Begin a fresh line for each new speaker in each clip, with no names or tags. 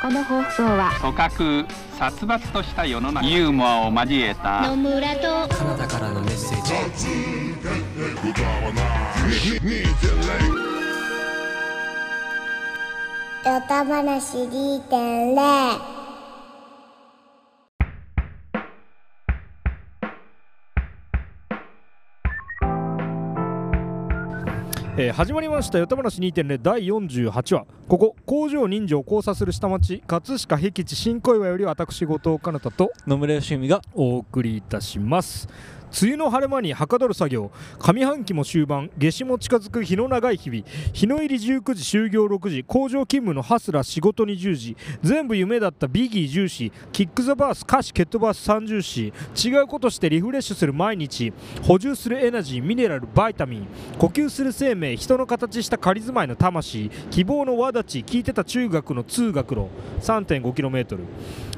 この放送は
組閣殺伐とした世の中ユーモアを交えた
野村と
カナダからのメッセージ
ヨタ話2.0
えー始まりました「よたばなし2.0」第48話ここ工場人情を交差する下町葛飾僻地新小岩より私後藤かなたと
野村よ美が
お送りいたします梅雨の晴れ間にはかどる作業上半期も終盤夏至も近づく日の長い日々日の入り19時終業6時工場勤務のハスラー仕事20時全部夢だったビギー10時キック・ザ・バース歌詞・ケット・バース30時違うことしてリフレッシュする毎日補充するエナジーミネラルバイタミン呼吸する生命人の形した仮住まいの魂希望の輪立ち聞いてた中学の通学路 3.5km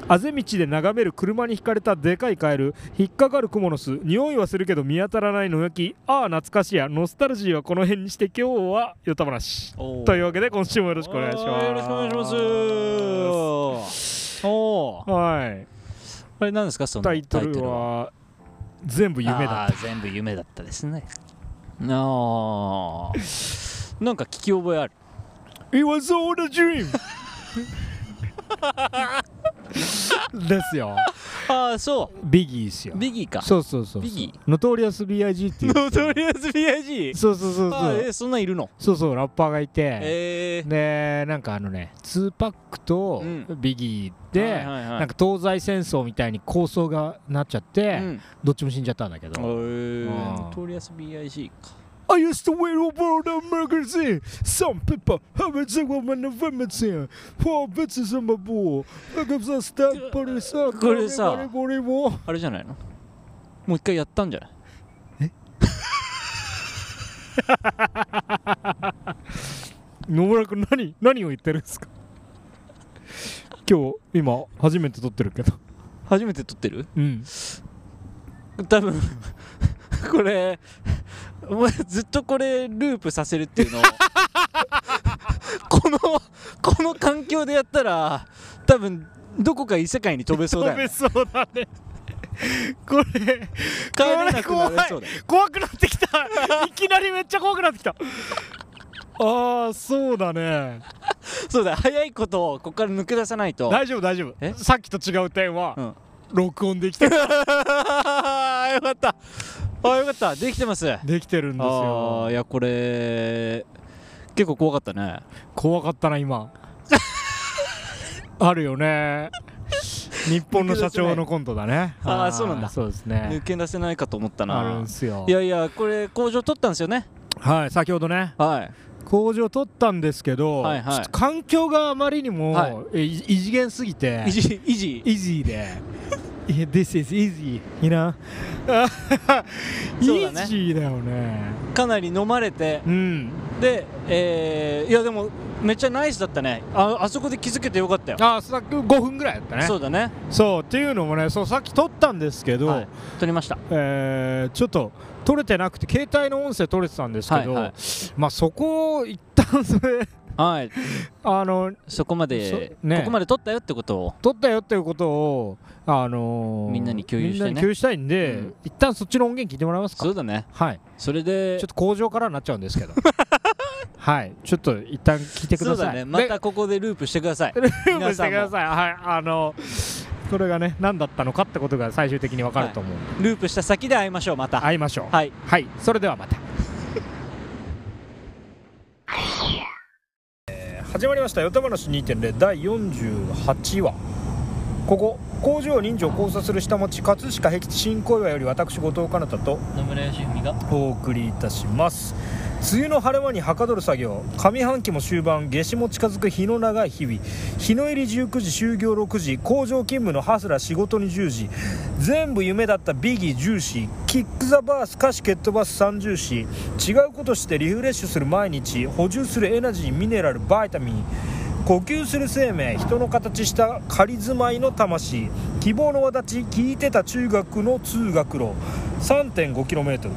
あぜ道で眺める車に引かれたでかいカエル引っかかるクモの巣匂いはするけど見当たらない野焼きああ懐かしやノスタルジーはこの辺にして今日はヨタ話というわけで今週もよろしくお願いします
よろしくお願いしますおー
はい
これ何ですかその
タイトルは全部夢だ
あー全部夢だったですねあーなんか聞き覚えある
It was all a dream ですよ
ああそう
ビギーですよ
ビギーか
そうそうそう
ビギ
ノトリアス B.I.G. っていう
ー とりあえず BIG
そうそうそうそ
あーえ
う
ーそんなんいるの
そうそうラッパーがいて
えー
でなんかあのね2パックと
うん
ビギーで
はいはいはい
なんか東西戦争みたいに構想がなっちゃって
うん
どっちも死んじゃったんだけど
え
うん
ー、トリアス BIG か
I used to wear a world of magazine. Some people have a woman of women. Four bitches on my ball. Look at the stamp, but it's not
これさ
very, very, very warm.
あれじゃないのもう一回やったんじゃない
野村君何何を言ってるんですか今日今初めて撮ってるけど
初めて撮ってる
うん
多分 これお前ずっとこれループさせるっていうのを このこの環境でやったら多分どこか異世界に飛べそうだよね
そうだねこれ
帰れなくなれそうだよ
怖くなって きたいきなりめっちゃ怖くなってきたああそうだね
そうだよ早いことをここから抜け出さないと
大丈夫大丈
え
夫さっきと違う点は、
うん
録音で きて
よかったあよかったできてます
できてるんです
あー
よ
いやこれ結構怖かったね
怖かったな今あるよね日本の社長のコントだね
あーそうなんだ
そうです
抜
ね
け出せないかと思った
ある
なん
すよ
いやいやこれ工場取ったんですよね
はい先ほどね
はい
工場取ったんですけど、
はいはい
ちょっと環境があまりにも、
はい
えい異次元すぎて
維持維持
イジーで Yeah, This is easy, you know?
そうだね
イージーだよね
かなり飲まれて
うん
で、えー、いやでもめっちゃナイスだったねああそこで気づけてよかったよ、
あさっき5分ぐらいだったね
そうだね
そうっていうのもねそうさっき撮ったんですけど、
はい取りました
えーちょっと撮れてなくて携帯の音声撮れてたんですけど、
はいはい
まあそこを一旦それ
はい
あの
そこまで、
そね
ここまで取ったよってことを
撮ったよっていうことをあのー
みんなに共有してね
みんなに共有したいんで、
うん
一旦そっちの音源聞いてもらえますか
そうだね
はい
それで
ちょっと工場からになっちゃうんです けどはいちょっと一旦聞いてくだ
そう
さい
だねまたここでループしてください
でルー プ
皆
し
さん
て
も
くださいはいあのこれがね何だったのかってことが最終的に分かると思うんで、
ループした先で会いましょうまた
会いましょう
はい
はい、それではまた。 始まりました「よた話2.0」第48話ここ工場人情を交差する下町葛飾僻地新小岩より私後藤かなたと
野村義文が
お送りいたします梅雨の晴れ間にはかどる作業上半期も終盤夏至も近づく日の長い日々日の入り19時終業6時工場勤務のハスラー仕事に10時全部夢だったビギー10時キック・ザ・バース歌詞・ケットバス30時違うことしてリフレッシュする毎日補充するエナジーミネラルバイタミン呼吸する生命人の形した仮住まいの魂希望の輪立ち聞いてた中学の通学路 3.5km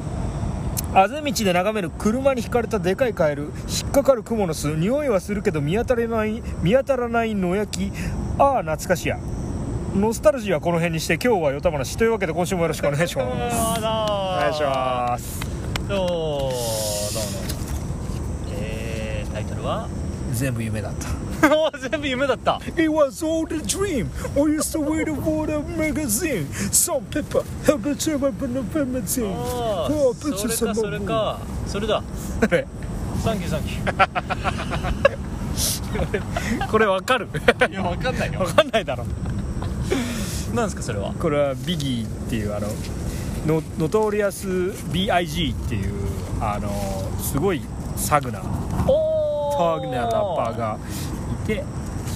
あぜ道で眺める車にひかれたでかいカエル引っかかる蜘蛛の巣匂いはするけど見当たらない見当たらない野焼きああ懐かしやノスタルジーはこの辺にして今日はよた話というわけで今週もよろしくお願いしますお願いします
すどうもどうもえー、タイト ルは
全部夢だった
おー全部夢だった
It was all a dream. I used to read a water magazine. Some people have the time I've been a magazine.
あ
お
ー
ープ
そ
チ
れ
さん
かそれかそれだサンキューサンキュ
これわかる
ーいやわかんないよ
わかんないだろ。
なんですかそれは
これはビギーっていうあのノノトリアス B.I.G. っていうあのすごいサグな
お
サグなラッパーがいて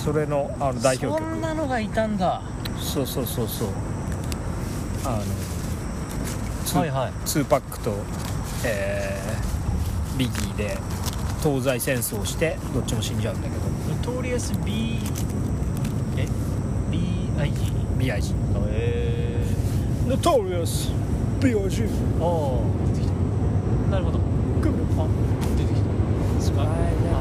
それのあの代表
そ
曲
んなのがいたんだ
そうそうそうそうあのツー
はいはい
2パックと、えービギーで東西戦争してどっちも死んじゃうんだけど
ノトリアス B え BIG
B.I.G.
え
ノトリアス B.I.G.
ー、ああ出てきたなるほどあ出てきたすごいあ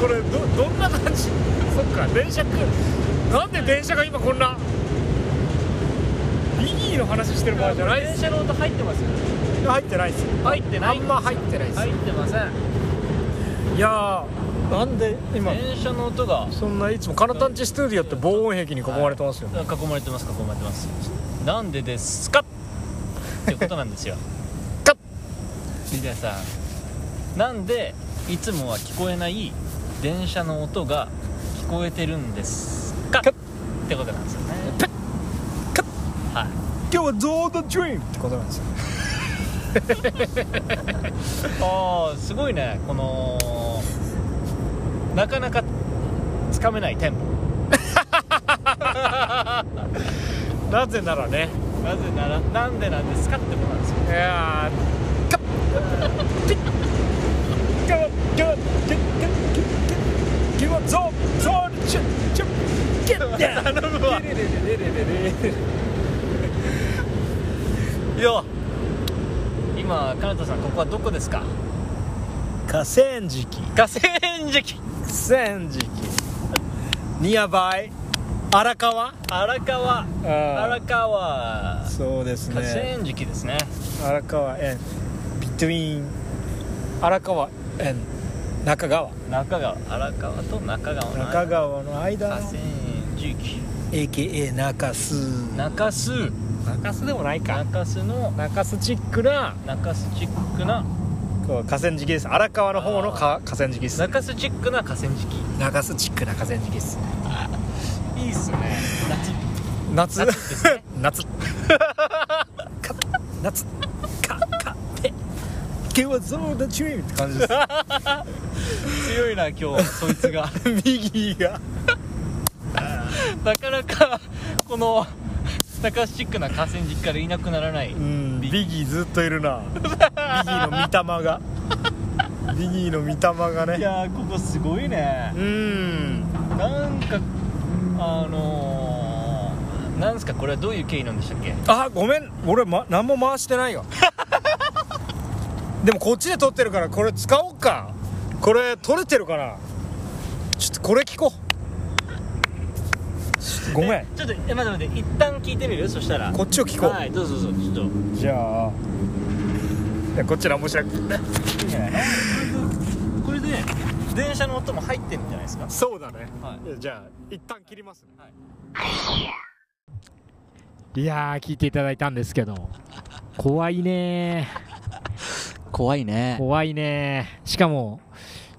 これどどんな感じそっか電車くなんで電車が今こんなビギーの話してる場合じゃないで
電
す
車の音入ってますよ
入ってないです
入ってない
あんま入ってないです、
入ってません
いやーなんで今
電車の音が
そんないつもカナタンチストゥーディオって防音壁に囲まれてますよ、ね
囲まれてます囲まれてますなんでですかってことな んですよ
か
みたいなさなんでいつもは聞こえない電車の音が聞こえてるんですか
か
ってことなんですよね
か
はい
今日はゾードドリームってことなんですよ
あーすごいねこのなかなかつかめないテンポ
なぜならね
なぜならなんでなんですかってことなんですよ
いやーかっかっかっかっかっかっゾーゾードチュッチュッゲッ頼むわ
いや今かなたさんここはどこですか
河川敷
河川敷
河川敷ニアバイ荒川
荒川荒川
そうです
河川敷ですね
荒川園ビトゥイン荒川園中川
中川荒川と中川の
中川の間
河川敷
AKA 中洲
中洲
中洲でもない
中洲の
中洲チックな
中洲チックな
河川敷です荒川の方のか河川敷です
中洲チックな河川敷
中洲チックな河川敷です
いいっすね夏
夏
夏ですね
夏か夏かかて今日はゾーダチューンって感じです
強いな今日そいつが
右が
なかなかこの中洲チックな河川敷からいなくならない
うんビギーずっといる なビギーの御霊がビギーの御霊が
い
ね
やーここすごいね
うん
なんかあのー、なんですかこれはどういう経緯なんでしたっけ
あごめん俺、ま、何も回してないよ でもこっちで撮ってるからこれ使おうかこれ撮れてるかなちょっとこれ聞こうごめん
えちょっとえ待って待って一旦聞いてみるそしたら
こっちを聞こう、
はいどうぞどうぞちょっ
じゃあいやこっちら面白く
といいんじゃないこれで電車の音も入ってるんじゃないですか
そうだね、、
はい
やじゃあ一旦切りますね、、
はい
やー聞いていただいたんですけど怖いねー
怖いね
怖いねしかも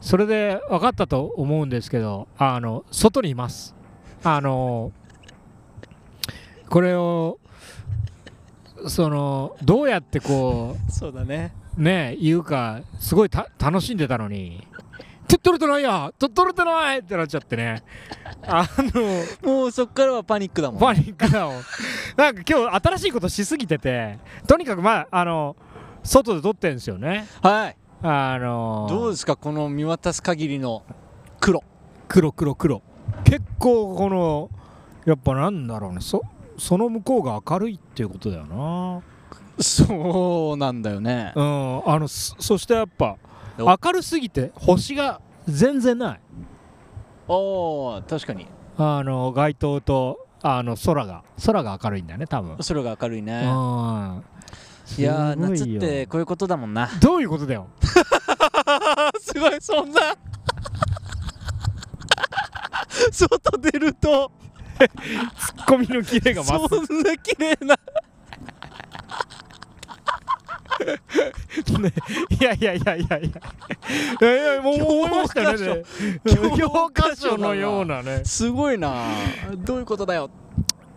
それで分かったと思うんですけどあの外にいますあのこれをそのどうやってこ
そうだね
うね言うかすごいた楽しんでたのに「と取れてないやと取れてない!」ってなっちゃってねあの
もうそっからはパニックだもん
パニックだもんなんか今日新しいことしすぎててとにかくまああの外で撮ってるんですよね
はい
あの
どうですかこの見渡す限りの黒
黒黒黒結構このやっぱなんだろうねそその向こうが明るいっていうことだよな
そうなんだよね
うんあのそそしてやっぱ
お
明るすぎて星が全然ない
おお確かに
あの街灯とあの空が空が明るいんだよね多分
空が明るいね
うん
いやー
すご
夏
よ
ってこういうことだもんな
どういうことだよ
すごいそんな外出ると
ツッコミのキレが増
そんな綺麗な
すねいやいやいやいやいやいやいやもう思いましたよね教
教
科
科
書
書
のようなね
すごいなどういうことだよ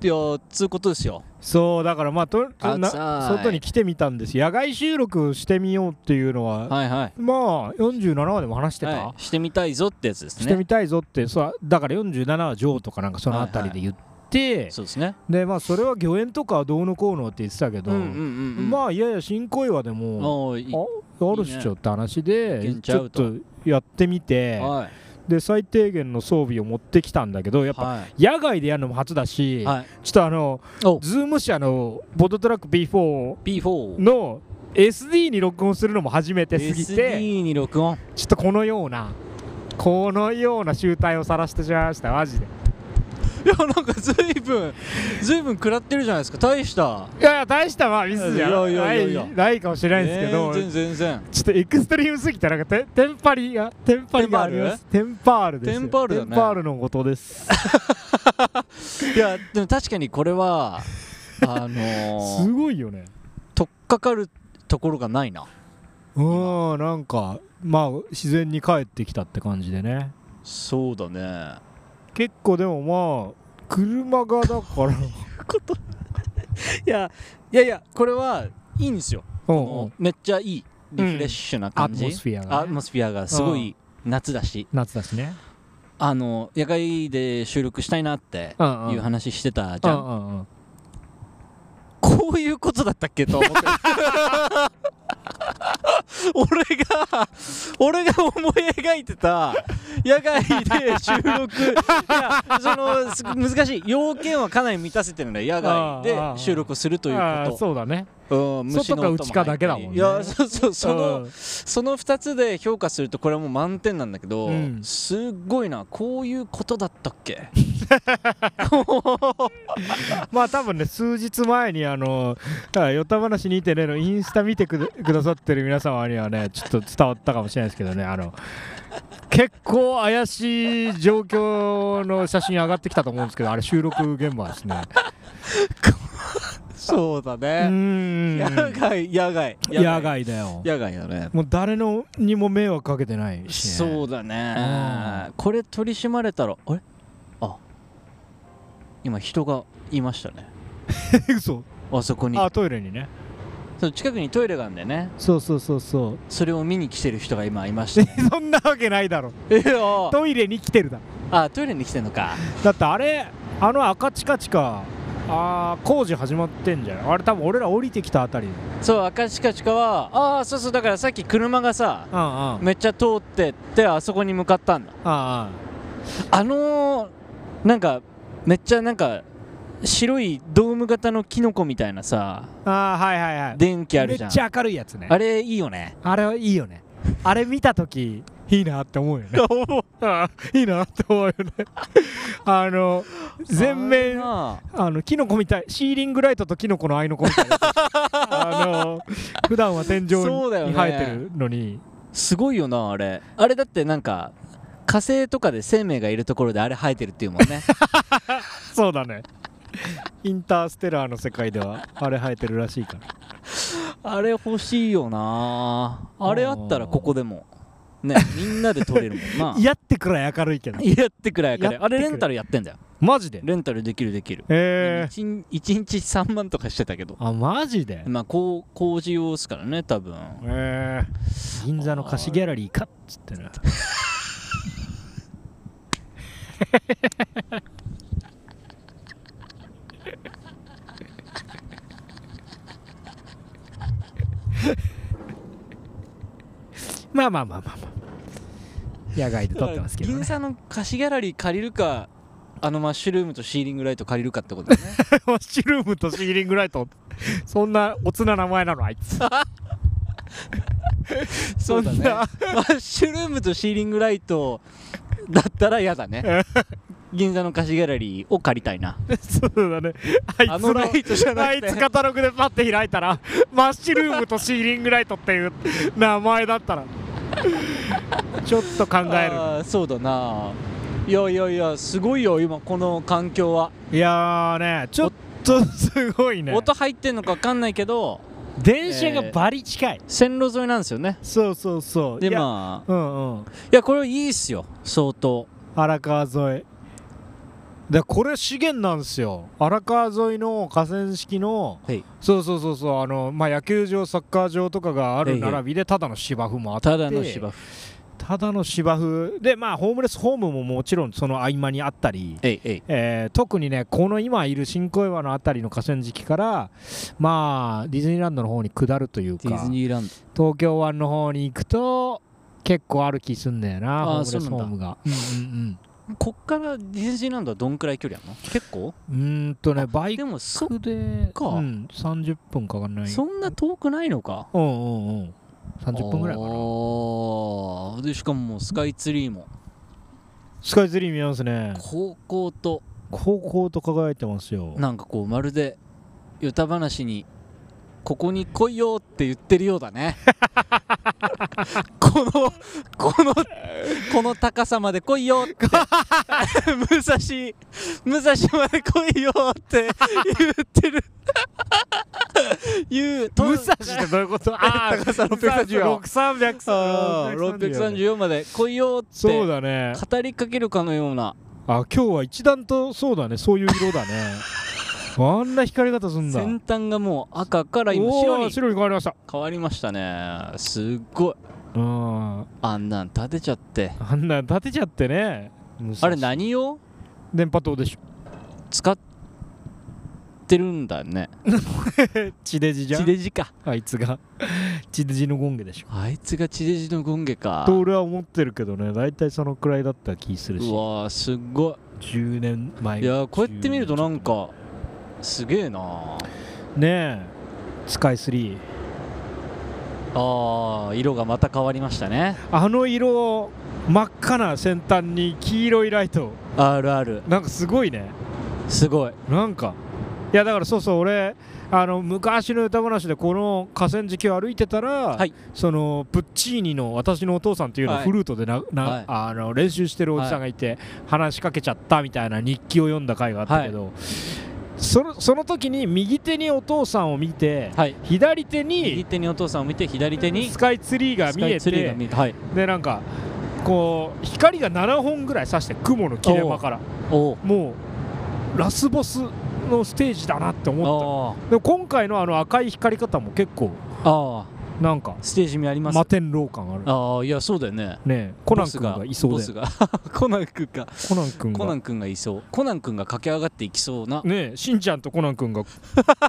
いやつうことですよ
そうだからまあととな
outside
外に来てみたんです野外収録してみようっていうのは、
はいはい
まあ47話でも話してた、
はい、してみたいぞってやつですね
してみたいぞってそうだから47は上とかなんかそのあたりで言って、
そうですね
でまあそれは御苑とかはどうのこうのって言ってたけど、
あ
まあいやいや新恋はでも
おーい
ああるっしょって話で
いいね
ちょっとやってみて
はい
で最低限の装備を持ってきたんだけどやっぱ
は
野外でやるのも初だし、
いはい
ちょっとあの
お
ズーム社のボトトラック B4
P4
の SD に録音するのも初めてすぎて
SD に録音
ちょっとこのようなこのような集大を晒してしまいましたマジで
いやなんかずいぶんずいぶん食らってるじゃないですか大した
いやいや大したまあミスじゃない
いやいやいやいや
ないかもしれないですけど、
全然全然
ちょっとエクストリームすぎてなんかテテンパリがテンパリがありますテンパールです
テンパールだね
テンパールのことです
いやでも確かにこれはあ
す
のー、
ごいよね
とっかかるところがないな
うんなんかまあ自然に帰ってきたって感じでね
そうだね
結構でもまあ車がだ から
いやいやいやこれはいいんですよ
うんうん
めっちゃいいリフレッシュな
ア
感じ、
トモスフィア
ア
が
ト
ね
モスフィアがすごい夏だし
夏だしね
あの野外で収録したいなって
うんうん
いう話してたじ
う
ゃん、
んうんうん
こういうことだったっけと思って 俺が俺が思い描いてた野外で収録いやそのす難しい要件はかなり満たせてるんだよ野外で収録をするという
あ
こ
ー
と
そうだね
うん虫の音も入った
外か
り
内かだけだもんね
いやそうそうその、
うん
その2つで評価するとこれはもう満点なんだけど、
うん
すっごいなこういうことだったっ け
まあ多分ね数日前にあの あよた話2.0のインスタ見てくだくださってる皆様にはねちょっと伝わったかもしれないですけどねあの結構怪しい状況の写真上がってきたと思うんですけどあれ収録現場ですね
そうだ
うー
ね
ん
野外野外
野外だよ
野外だね
もう誰のにも迷惑かけてないし、ね、
そうだねこれ取り締まれたらあれあ今人がいましたね
嘘
あそこに
あトイレにね
そう近くにトイレがあるんだよね
そうそうそうそう
それを見に来てる人が今いました ね
そんなわけないだろ
いや
トイレに来てるだろ
あトイレに来てんのか
だってあれあの赤チカチカあー工事始まってんじゃないあれ多分俺ら降りてきたあたり
そう赤チカチカはああそうそうだからさっき車がさ
うんうんあ
めっちゃ通ってってあそこに向かったんだ
あ
あのー、なんかめっちゃなんか白いドーム型のキノコみたいなさ
ああはいはいはい
電気あるじ
め
ゃ
っ
ん
ちゃ明るいやつね
あれいいよね
あれはいいよねあれ見た時いいなって思う よね うんいいなって思うよね あの全面あ
あ
のキノコみたいシーリングライトとキノコの合いの子みたいな あの普段は天井に
そうだよね
生えてるのに
れなすごいよなあれあれだってなんか火星とかで生命がいるところであれ生えてるっていうもんね
そうだね。インターステラーの世界ではあれ生えてるらしいから。
あれ欲しいよなあれあったらここでもねみんなで撮れるもんな
やってくらい明るいけど。
やってく らいから
やってくれ
あれレンタルやってんだよ
マジで
レンタルできるできる
えー。
1日3万とかしてたけど
あ、マジで
まあこう工事用ですからね多分
えー。銀座の貸しギャラリーかっつってな。 まあまあまあまあまあ。野外で撮ってますけど
銀
ね。
座の貸しギャラリー借りるかあのマッシュルームとシーリングライト借りるかってことだね
マッシュルームとシーリングライトそんなおつな名前なのあいつ
そうだねマッシュルームとシーリングライトだったら嫌だね銀座の貸しギャラリーを借りたいな
そうだねあいつの
あのライトじゃ
あ
なく
い
て
つカタログでパッて開いたらマッシュルームとシーリングライトっていう名前だったらちょっと考える
あーそうだないやいやいやすごいよ今この環境は、
いやーねちょっとすごいね
音入ってんのか分かんないけど
電車がバリ近い、
線路沿いなんですよね
そうそうそう
で
いや
まあ
うんうん
いやこれいいっすよ相当
荒川沿いでこれ資源なんですよ荒川沿いの河川敷の
はい
そうそうそうそうあの、まあ、野球場サッカー場とかがあ
え
る
え
並びでただの芝生もあって
ただの芝生
ただの芝生でまあホームレスホームももちろんその合間にあったり、
えいえい
えー特にねこの今いる新小岩のあたりの河川敷からまあディズニーランドの方に下るという
ディ
か
ズニーランド
東京湾の方に行くと結構歩きすんだよな
あー
ホームレ
そ
ス
うなん
ホ
だ
ームがうんうん
こっからディズニーランドはどんくらい距離あるの結構
うんうーんとねバイ
でもそ
クで
か
うん、30分かかんない
そんな遠くないのか
うんうんうん30分ぐらいかな
なでしかももうスカイツリーも
スカイツリー見ますね
高校と
高校と輝いてますよ
なんかこうまるでヨタ話にここに来いよって言ってるようだねこのこのこの高さまで来いよって武蔵武蔵まで来いよって言ってる言うと
武蔵ってどういうことああ
高さ634
6300
634まで来いよっ
そう
て
だね
語りかけるかのような
あ今日は一段とそうだねそういう色だね あんな光り方すんだ
先端がもう赤から今
お
白
ー
に
白に変わりました
変わりましたねすっごい
うんあ
あんなん立てちゃって
んなん立てちゃってね武蔵
あれ何用
電波塔でしょ
使ってるんだね
地デジじゃ
地
ん
デジか
あいつが地デジのゴンゲでしょ
あいつが地デジの権下か
と俺は思ってるけどね大体そのくらいだった気する
う
し
わーすっご
10年前
いいやーこうやって見るとなんかすげえな
ねえスカイツリー
あー色がまた変わりましたね
あの色真っ赤な先端に黄色いライト
あるある
なんかすごいね
すごい
なんかいやだからそうそう俺あの昔の歌話でこの河川敷を歩いてたら、
はい
そのプッチーニの「私のお父さん」っていうのを
はい
フルートでな、な
はい
あの練習してるおじさんがいて、話しかけちゃったみたいな日記を読んだ回があったけど、そのその時に右手にお父さんを見て
はい
左手
右
に
手にお父さんを見て左手に
スカイツリーが
ス
見
カ
え
イツリーが
て
見えてはい
でなんかこう光が7本ぐらい差して雲の切れ間から
お
もうラスボスのステージだなって思った
お
でも今回のあの赤い光り方も結構
あーあ
なんか
ーステージ見あります
摩天楼感ある
ああいやそうだよね
ねえコナン君
ボス
がいそう
ボ
で
スが コナン君か
コナン君
コナ
が
ン君がいそうコナン君が駆け上がっていきそうな
ねえしんちゃんとコナン君 が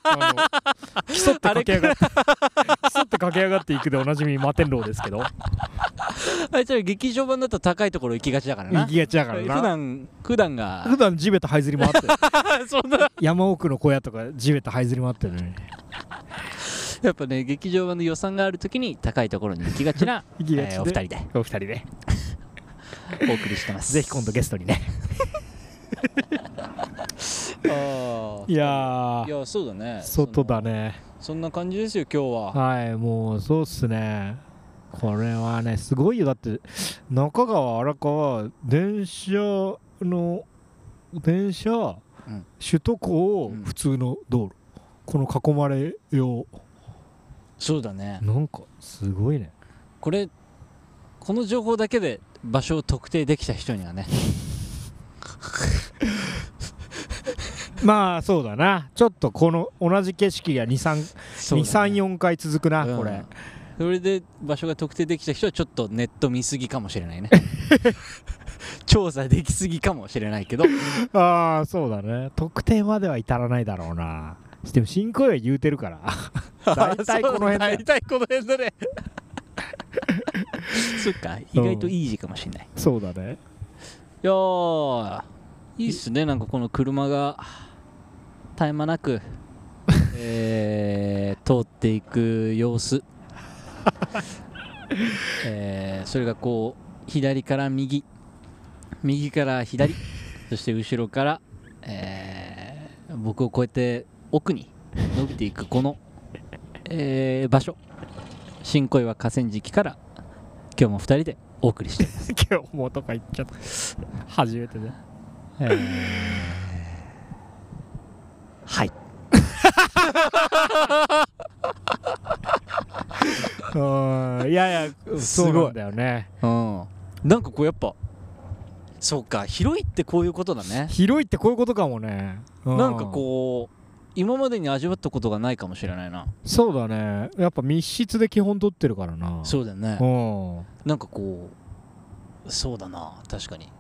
あの競って駆け上がって競って駆け上がっていくでおなじみ摩天楼ですけど
あいつら劇場版だと高いところ行きがちだからな
右がちだから
普
な
段普段が
普段地べた這いずり回ってる
そんな
山奥の小屋とか地べた這いずり回ってるね
やっぱね劇場版の予算がある時に高いところに行きがちな
行きがちで
えーお二人で
お二人で
お送りしてま す
ぜひ今度ゲストにね
あ
いや
ーいやそうだね
外だ
ね
ね
そんな感じですよ今日は
はいもうそうっすねこれはねすごいよだって中川荒川電車の電車、
ん
首都高
うん
普通の道路、この囲まれよ
そうだね
うなんかすごいね
これこの情報だけで場所を特定できた人にはね
まあそうだなちょっとこの同じ景色が234、
そうだね
234回続くな、
うん
これ
それで場所が特定できた人はちょっとネット見すぎかもしれない ね調査できすぎかもしれないけど
ああそうだね特定までは至らないだろうなでも新小岩言うてる から 大体この辺だよ
大体この辺だね そっか意外といい字かもしれない、い
そうだね
やーいいっすねなんかこの車が絶え間なく、えー通っていく様子、 えーそれがこう左から右右から左そして後ろから、えー僕を越えて奥に伸びていくこの、えー場所新恋は河川敷から今日も2人でお送りしています、
今日もとか言っちゃった初めてね
えーはい
うんいやいや
す
そ
ごいう
なんだよね
うん、なんかこうやっぱそうか広いってこういうことだね
広いってこういうことかもねう
なんかこう今までに味わったことがないかもしれないな
そうだねやっぱ密室で基本取ってるからな
そうだよね
うん
なんかこうそうだな確かに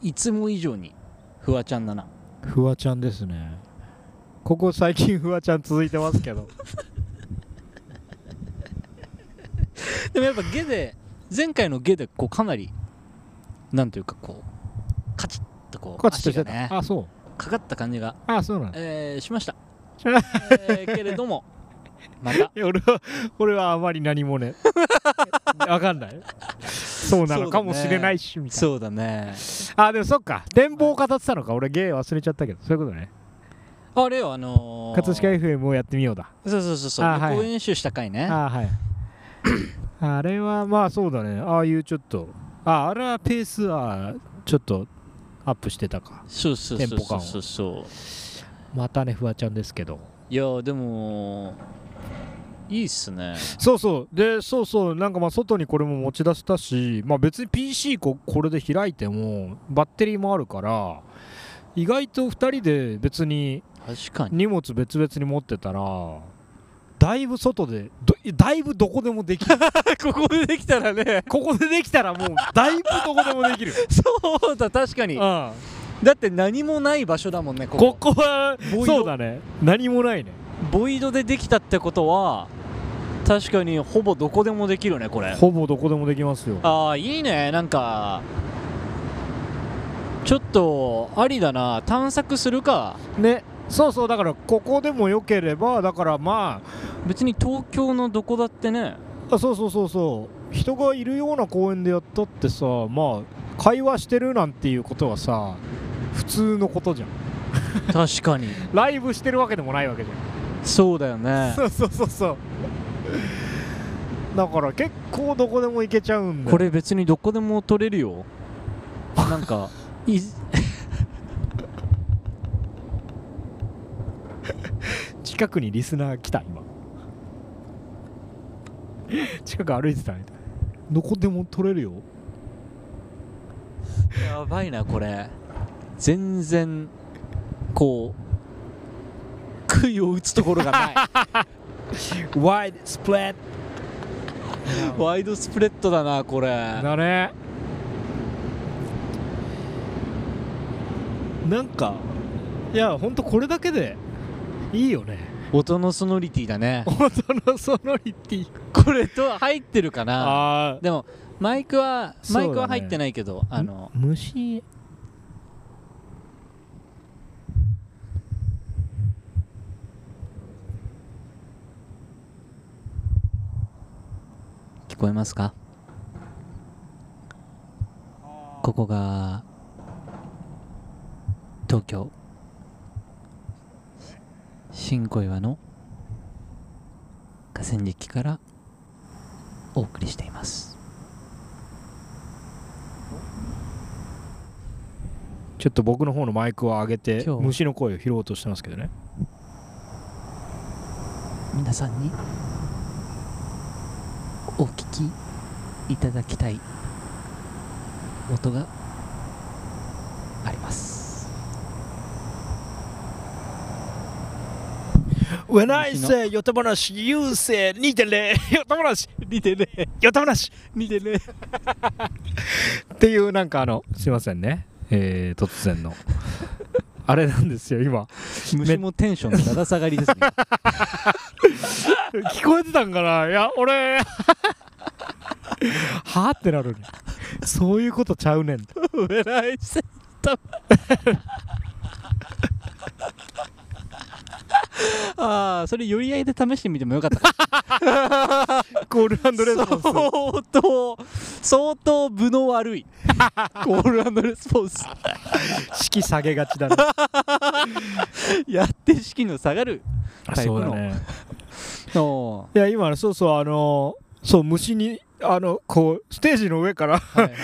いつも以上にフワちゃんだな
フワちゃんですねここ最近フワちゃん続いてます けど
でもやっぱゲで前回のゲでこうかなりなんというかこうカチッとこう
こっちとして
足がね
たあそう
かかった感じが、
あそうなんだ
えーし ました、
しま
えーけれどもまた
いや俺は俺はあまり何もね わかんないそうなのかもしれないしみたいな、
そうだね
あでもそっか展望を語ってたのか俺芸忘れちゃったけどそういうことね
あれよあのー、
葛飾 FM をやってみようだ
そうそうそうそう
あ
予
はい
行演習した回ね
あはいあれはまあそうだねああいうちょっとああれはペースはちょっとアップしてたか
そうそうそう
テンポ
そ
感
う
を
そうそう
またねフワちゃんですけど
いやでもいいっすね
そうそうでそうそうなんかまあ外にこれも持ち出したしまあ別に PC ここれで開いてもバッテリーもあるから意外と2人で別に
確か に
荷物別々に持ってたらだいぶ外でどだいぶどこでもで きる
ここでできたらね
ここでできたらもうだいぶどこでもで きる、
そうだ確か
う
に
ん、
だって何もない場所だもんねこ
こ
こ
こは
ボイド
そうだね何もないね
ボイドでできたってことは確かにほぼどこでもできるねこれ
ほぼどこでもできますよ
ああいいねなんかちょっとありだな探索するか
ねそうそうだからここでもよければだからま
別に東京のどこだってね
ああそうそうそうそう人がいるような公園でやったってさまあ会話してるなんていうことはさ普通のことじゃん
確かに
ライブしてるわけでもないわけじゃ
そうだよね
ん そうそうそうそうだから結構どこでも行けちゃうんだ
これ別にどこでも取れるよなんか い
近くにリスナー来た今 近く歩いてたねどこでも取れるよ
やばいなこれ全然こう杭を打つところがない
ワイドスプレッ
ワイドスプレッドだなこれ
だねなんかいやほんとこれだけでいいよね
音のソノリティだね
音のソノリティ
これと入ってるかな
あ
でもマイクは
そうだ
マ
ね
イクは入ってないけど、あの
虫
聞こえますかここが東京新小岩の河川敷からお送りしています
ちょっと僕の方のマイクを上げて
今日
虫の声を拾おうとしてますけどね
皆さんにお聞きいただきたい音があります。
When I
虫の
say ヨタ話 You say 2.0ヨタ話2.0ヨタ話2.0っていうなんかあのすいませんねえー、突 然のあれなんですよ今
虫もテンションだだ下がり ですね。
聞こえてたんかないや俺 はあってなるねそういうことちゃうねん
When I say 頭ああそれ寄り合いで試してみてもよかったかも
コールレスポンス
相当相当分の悪 いコールレスポンス
式下げがちだね
やって式の下がるタイプのお
いや今そうそうあのそう虫にあのこうステージの上から
ー はいはい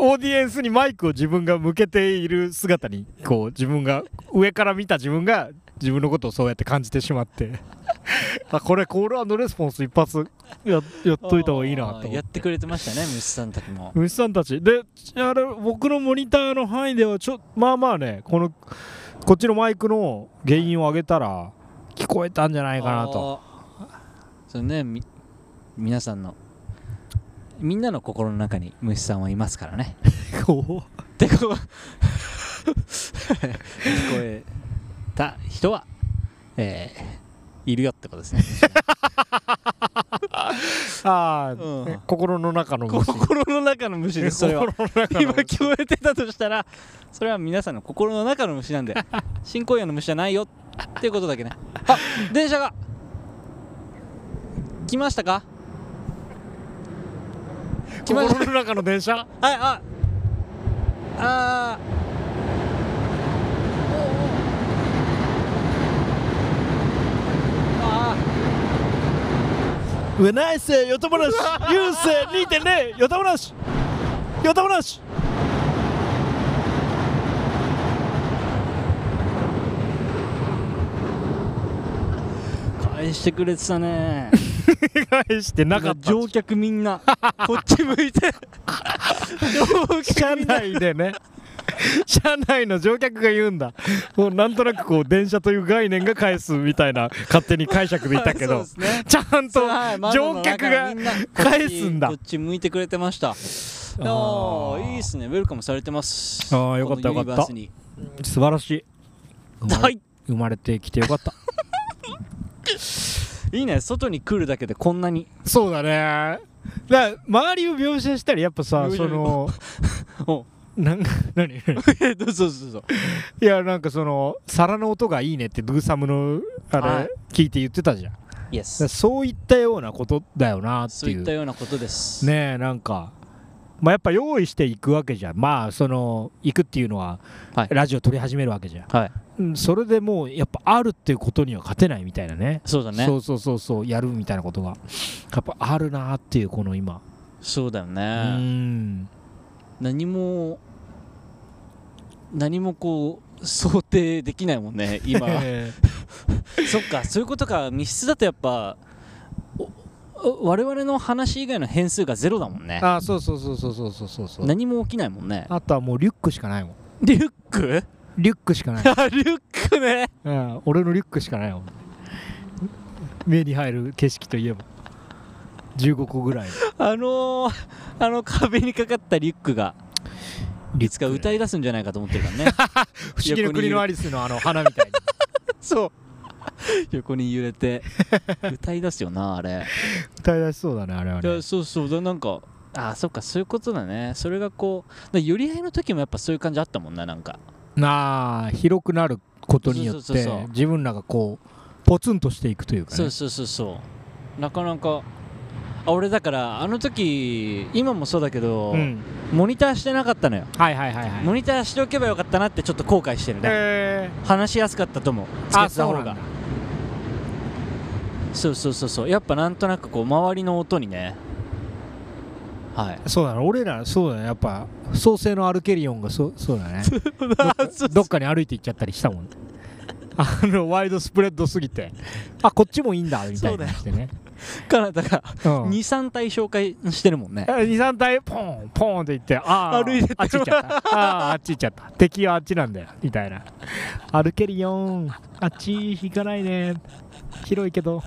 オーディエンスにマイクを自分が向けている姿にこう自分が上から見た自分が自分のことをそうやって感じてしまって あこれコールレスポンス一発ややっといた方がいいなと
あー
思
や
っ
って
て
くれてましたね虫さんたちも
虫さんたちであれ僕のモニターの範囲ではちょまあまあねこのこっちのマイクの原因を上げたら聞こえたんじゃないかなと
あーそうねみ皆さんのみんなの心の中に虫さんはいますからね
こう
でこう 聞こえた人は、えーいるよってことですね
ああ、
うん
ね心の中の虫
心の中の虫ですそれは
心の中
今
の
聞こえてたとしたらそれは皆さんの心の中の虫 なんで新公園の虫じゃないよっていうことだけねあ電車が来ましたか来ました
心の中の電車
はいああーあ
うないせよたばなしゆうせ2.0よたばなしよたばなし
ー返してくれてたね
返してなかった
乗客みん なこっち向いて乗
車
客みんな
内でね車内の乗客が言うんだこうなんとなくこう電車という概念が返すみたいな勝手に解釈でいたけ
そう
ど
ですね
ちゃんと
はい窓
乗
の中
客が
みんなこっち
返すんだ
こっち向いてくれてましたいや
あ
ーいいですねウェルカムされてます
あーよかった
このユニバースに
素晴らしい生ま
は
れ
い
生まれてきてよかった
いいね外に来るだけでこんなに
そうだねだから周りを描写したりやっぱさ
描写
その
お
なんか何
えどうぞどうぞどうぞ
いやなんかその皿の音がいいねってドゥーサムのあ
は
れ
い
聞いて言ってたじゃん、だか
イエ
ら
ス
そういったようなことだよなって
そう
い
いうったようなことです
ねえなんかまあやっぱ用意していくわけじゃんまあその行くっていうのは、
はい
ラジオ撮り始めるわけじゃん、
はい
うんそれでもうやっぱあるっていうことには勝てないみたいなね
そうだね
そそ
そう
うそうそうやるみたいなことがやっぱあるなっていうこの今
うだよ
う
ね
ん
何も何もこう想定できないもん ね 今
え
そっかそういうことか密室だとやっぱおお我々の話以外の変数がゼロだもんね
ーああそうそうそうそうそうそうそうそう
何も起きないもんね
あとはもうリュックしかないもん
リュック
リュックしかない
あ リュックね
うん、俺のリュックしかないよ目に入る景色といえば15個ぐらい
あのー、あの壁にかかったリュックがいつか歌い出すんじゃないかと思ってるからね
不思議の国のアリスのあの花みたいに
そう横に揺れて歌い出すよなあれ
歌い出しそうだねあれはいね
やそうそうだなんかあーそっかそういうことだねそれがこうだから寄り合いの時もやっぱそういう感じあったもんななんか
なあ広くなることによっ
そうそう
て
そうそう
自分らがこうポツンとしていくというか
そう
ね
そうそうそうなかなかあ俺だからあの時今もそうだけど、
うん
モニターしてなかったのよ
はいはいはいはい
モニターしておけばよかったなってちょっと後悔してるね、
え
話しやすかったと思うつ
ー、
け
あ
てた
そうな
方
んだ
がそうそうそうそうやっぱなんとなくこう周りの音にねはい
そうだね俺らそうだねやっぱ創世の歩ける音がそそう だねどっかどっかに歩いて行っちゃったりしたもんねあのワイドスプレッドすぎてあこっちもいいんだみたいになしてね
カナダが
うん
23体紹介してるもんね
23体ポンポンって言ってああ
歩いてって
あっち行っちゃったあーあっち行っちゃった敵はあっちなんだよみたいな歩けるよんあっち行かないね広いけど、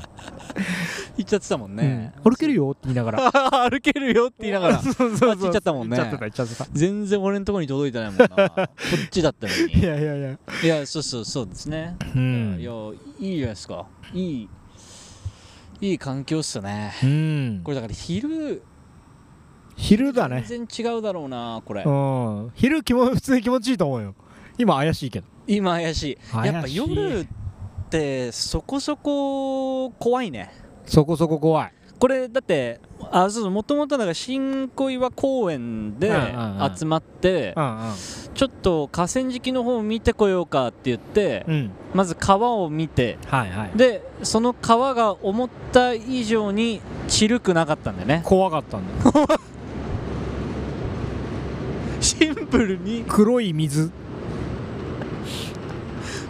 行っちゃってたもんね、
うん歩けるよって言いながら
歩けるよって言いながら
そうそうそう
あっち行っちゃったもんね
行っちゃってた行っちゃってた
全然俺のところに届いてな いもんなこっちだったの
い
に
やいやいや
いやそうそうそうですね、
う
いや
ん
いいじゃないですかいいいい環境っすよね
うん
これだから昼
昼だね
全然違うだろうなこれ
うん昼気も普通に気持ちいいと思うよ今怪しいけど
今怪し
怪
い
しい
やっぱ夜ってそこそこ怖いね
そこそこ怖い
これだってあそうもともとだから新小岩公園で
うんうんうん
集まって
うんうん
ちょっと河川敷の方を見てこようかって言って
うん
まず川を見て
はいはい
でその川が思った以上にちるくなかったんだよね
怖かったんだよ
シンプルに
黒い水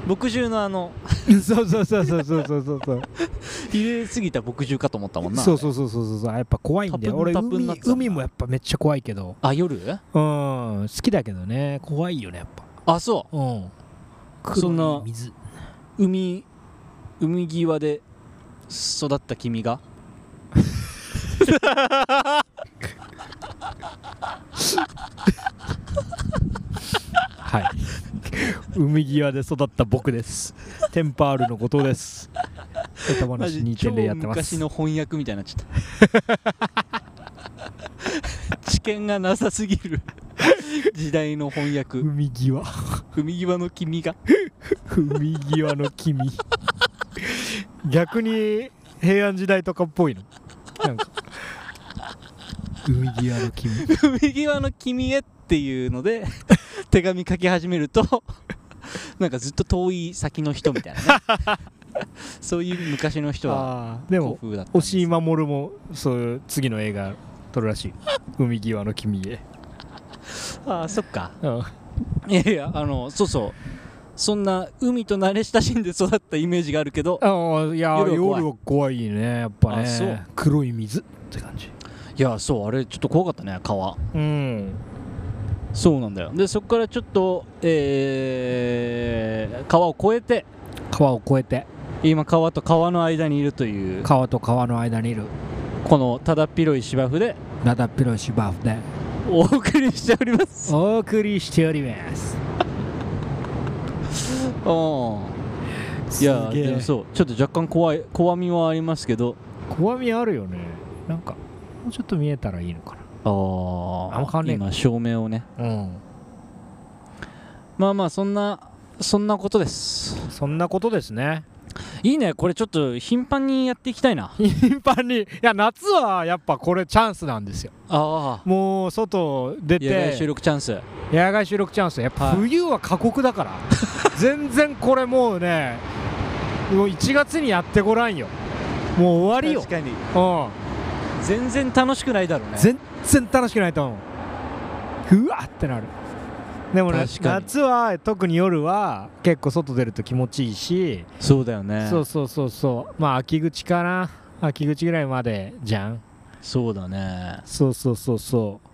墨汁のあの
そうそうそうそうそう そうそうそう
入れすぎた墨汁かと思ったもんな
そうそうそうそうそうやっぱ怖いんだよ
タプ
俺
ンタプンにな
海
ってたんだ
海もやっぱめっちゃ怖いけど
あ夜
うん好きだけどね怖いよねやっぱ
あそ
うん
そんな
黒い水
う海海際で育った君が
はい海際で育った僕 ですテンパールの後藤ですネタ話2.0やってま
マ
す
ジ超昔の翻訳みたいになっちゃった 知見がなさすぎる時代の翻訳
海際
海際の君が
海際の君逆に平安時代とかっぽいのなんか海際の君
海 際の君へっていうの で手紙書き始めると なんかずっと遠い先の人 みたいなねそういう昔の人
あ
は
ーで
古
も
風だったんです
押井守もそういう次の映画撮るらしい海際の君へ
あーそっか
うん
いやいやあのそうそうそんな海と慣れ親しんで育ったイメージがあるけど
ああいや
夜は
夜
怖い
は怖いねやっぱ
あそう
ね黒い水って感じ
いやそうあれちょっと怖かったね川
うん
そうなんだよでそこからちょっと、えー川を越えて
川を越えて
今川と川の間にいるという
川と川の間にいる
このただっ広い芝生で
ラダピロ芝生で
お送りしております
お送りしております
いや
すげえ
でもそうちょっと若干怖い怖みはありますけど
怖みあるよねなんかもうちょっと見えたらいいのか
あー
あんま変わんねえか
今照明をね
なうん
まあまあそんなそんなことです
そんなことですね
いいねこれちょっと頻繁にやっていきたいな
頻繁にいや夏はやっぱこれチャンスなんですよ
ああ
もう外出て
野外収録チャンス
野外収録チャンスやっぱ
はい
冬は過酷だから、全然これもうねもう1月にやってごらんよもう終わりよ、
確かに
うん、
全然楽しくないだろうね
全然楽しくないと思ううわってなるでもね
確かに
夏は特に夜は結構外出ると気持ちいいし、
そうだよね
そうそうそうそうまあ秋口かな秋口ぐらいまでじゃん
そうだね
そうそうそうそう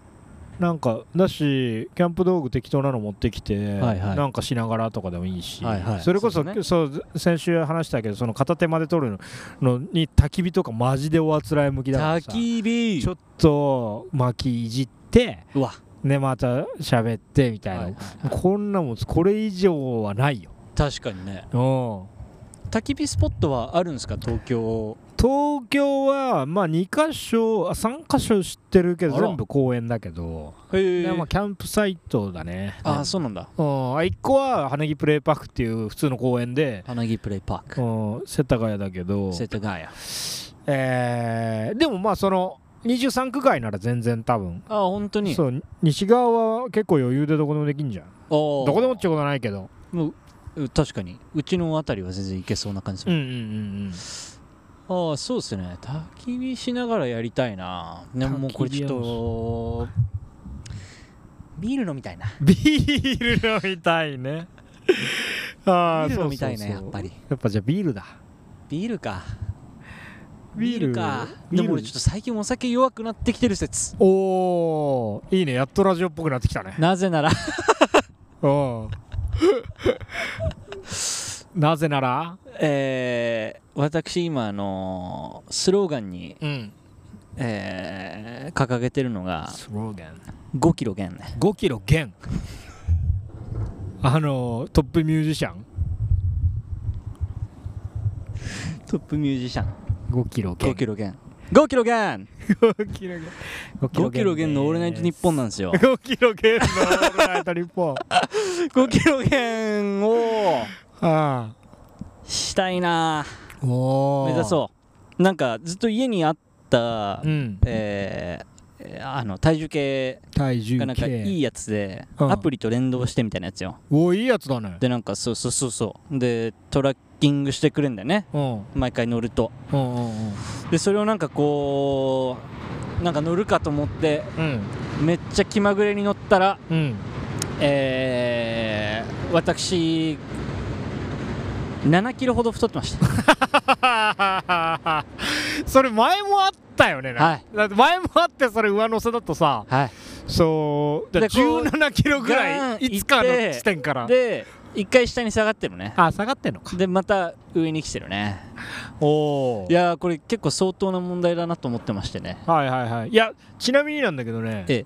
なんかだしキャンプ道具適当なの持ってきて、
はいはい
なんかしながらとかでもいいし、
はいはい
それこそ
そうだね
そう先週話したけどその片手まで取るのに焚き火とかマジでおあつらえ向きだから
焚
さ
き火
ちょっと薪いじって
うわ
ねまた喋ってみたいな、
はい
こんなもんこれ以上はないよ
確かにね
うん
焚き火スポットはあるんですか東京
東京はまあ2か所あ3か所知ってるけど
あら
全部公園だけど、
へ
でまあキャンプサイトだね
ああそうなんだ
うん、あ1個は羽根木プレイパークっていう普通の公園で、
花木プレイパー
う
ク
ん、世田谷だけど、
世田谷あ
えーでもまあその23区外なら全然多分
あ本当にあ
そう西側は結構余裕でどこでもできんじゃん
ど
どこでもっちゅうことないけど
もうう確かにうちのあたりは全然いけそうな感じす
うん
る、
うんうん
ああそうですね焚き火しながらやりたいなでももうこれちょっとビール飲みたいな
うんビール飲みたいねああ
ビール飲み
そうそう
たい
そ
な
う
やっぱり
やっぱじゃあビールだ
ビールか
ビール
か
ビー
で
ル
も俺ちょっと最近お酒弱くなってきてる説
おーいいねやっとラジオっぽくなってきたね
なぜなら
うん なぜなら
えー、私今あのースローガンに、
うん
えー、掲げてるのが
スローガン
5キロ減ね
5キロ減あのトップミュージシャン
トップミュージシャン
5キロ減
5キロ減5キロ減
5キロ減
5キロ減のオールナイトニッポンなんですよ
5キロ減のオールナイトニッポン
5キロ減を
あ
したいな
あお
目指そうなんかずっと家にあった、
うん
えーえーあの体重計
体重計
がなんかいいやつで、
うん
アプリと連動してみたいなやつよ
おいいやつだね
でなんかそうそうそうそうでトラッキングしてくれんだよね
うんうん
毎回乗ると
うんうん
でそれをなんかこうなんか乗るかと思って
うん
めっちゃ気まぐれに乗ったら
うん
えー私7キロほど太ってまし た
それ前もあったよね、なんか
はい
だって前もあってそれ上乗せだとさ
はい
そうだ
でこう
17キロぐら
ガ
い
ーン
いつかの
行って
地点から
で一回下に下がってるね
あ下がってんのか
でまた上に来てるね
おお
いやーこれ結構相当な問題だなと思ってましてね
はいはいはいいやちなみになんだけどね、
ええ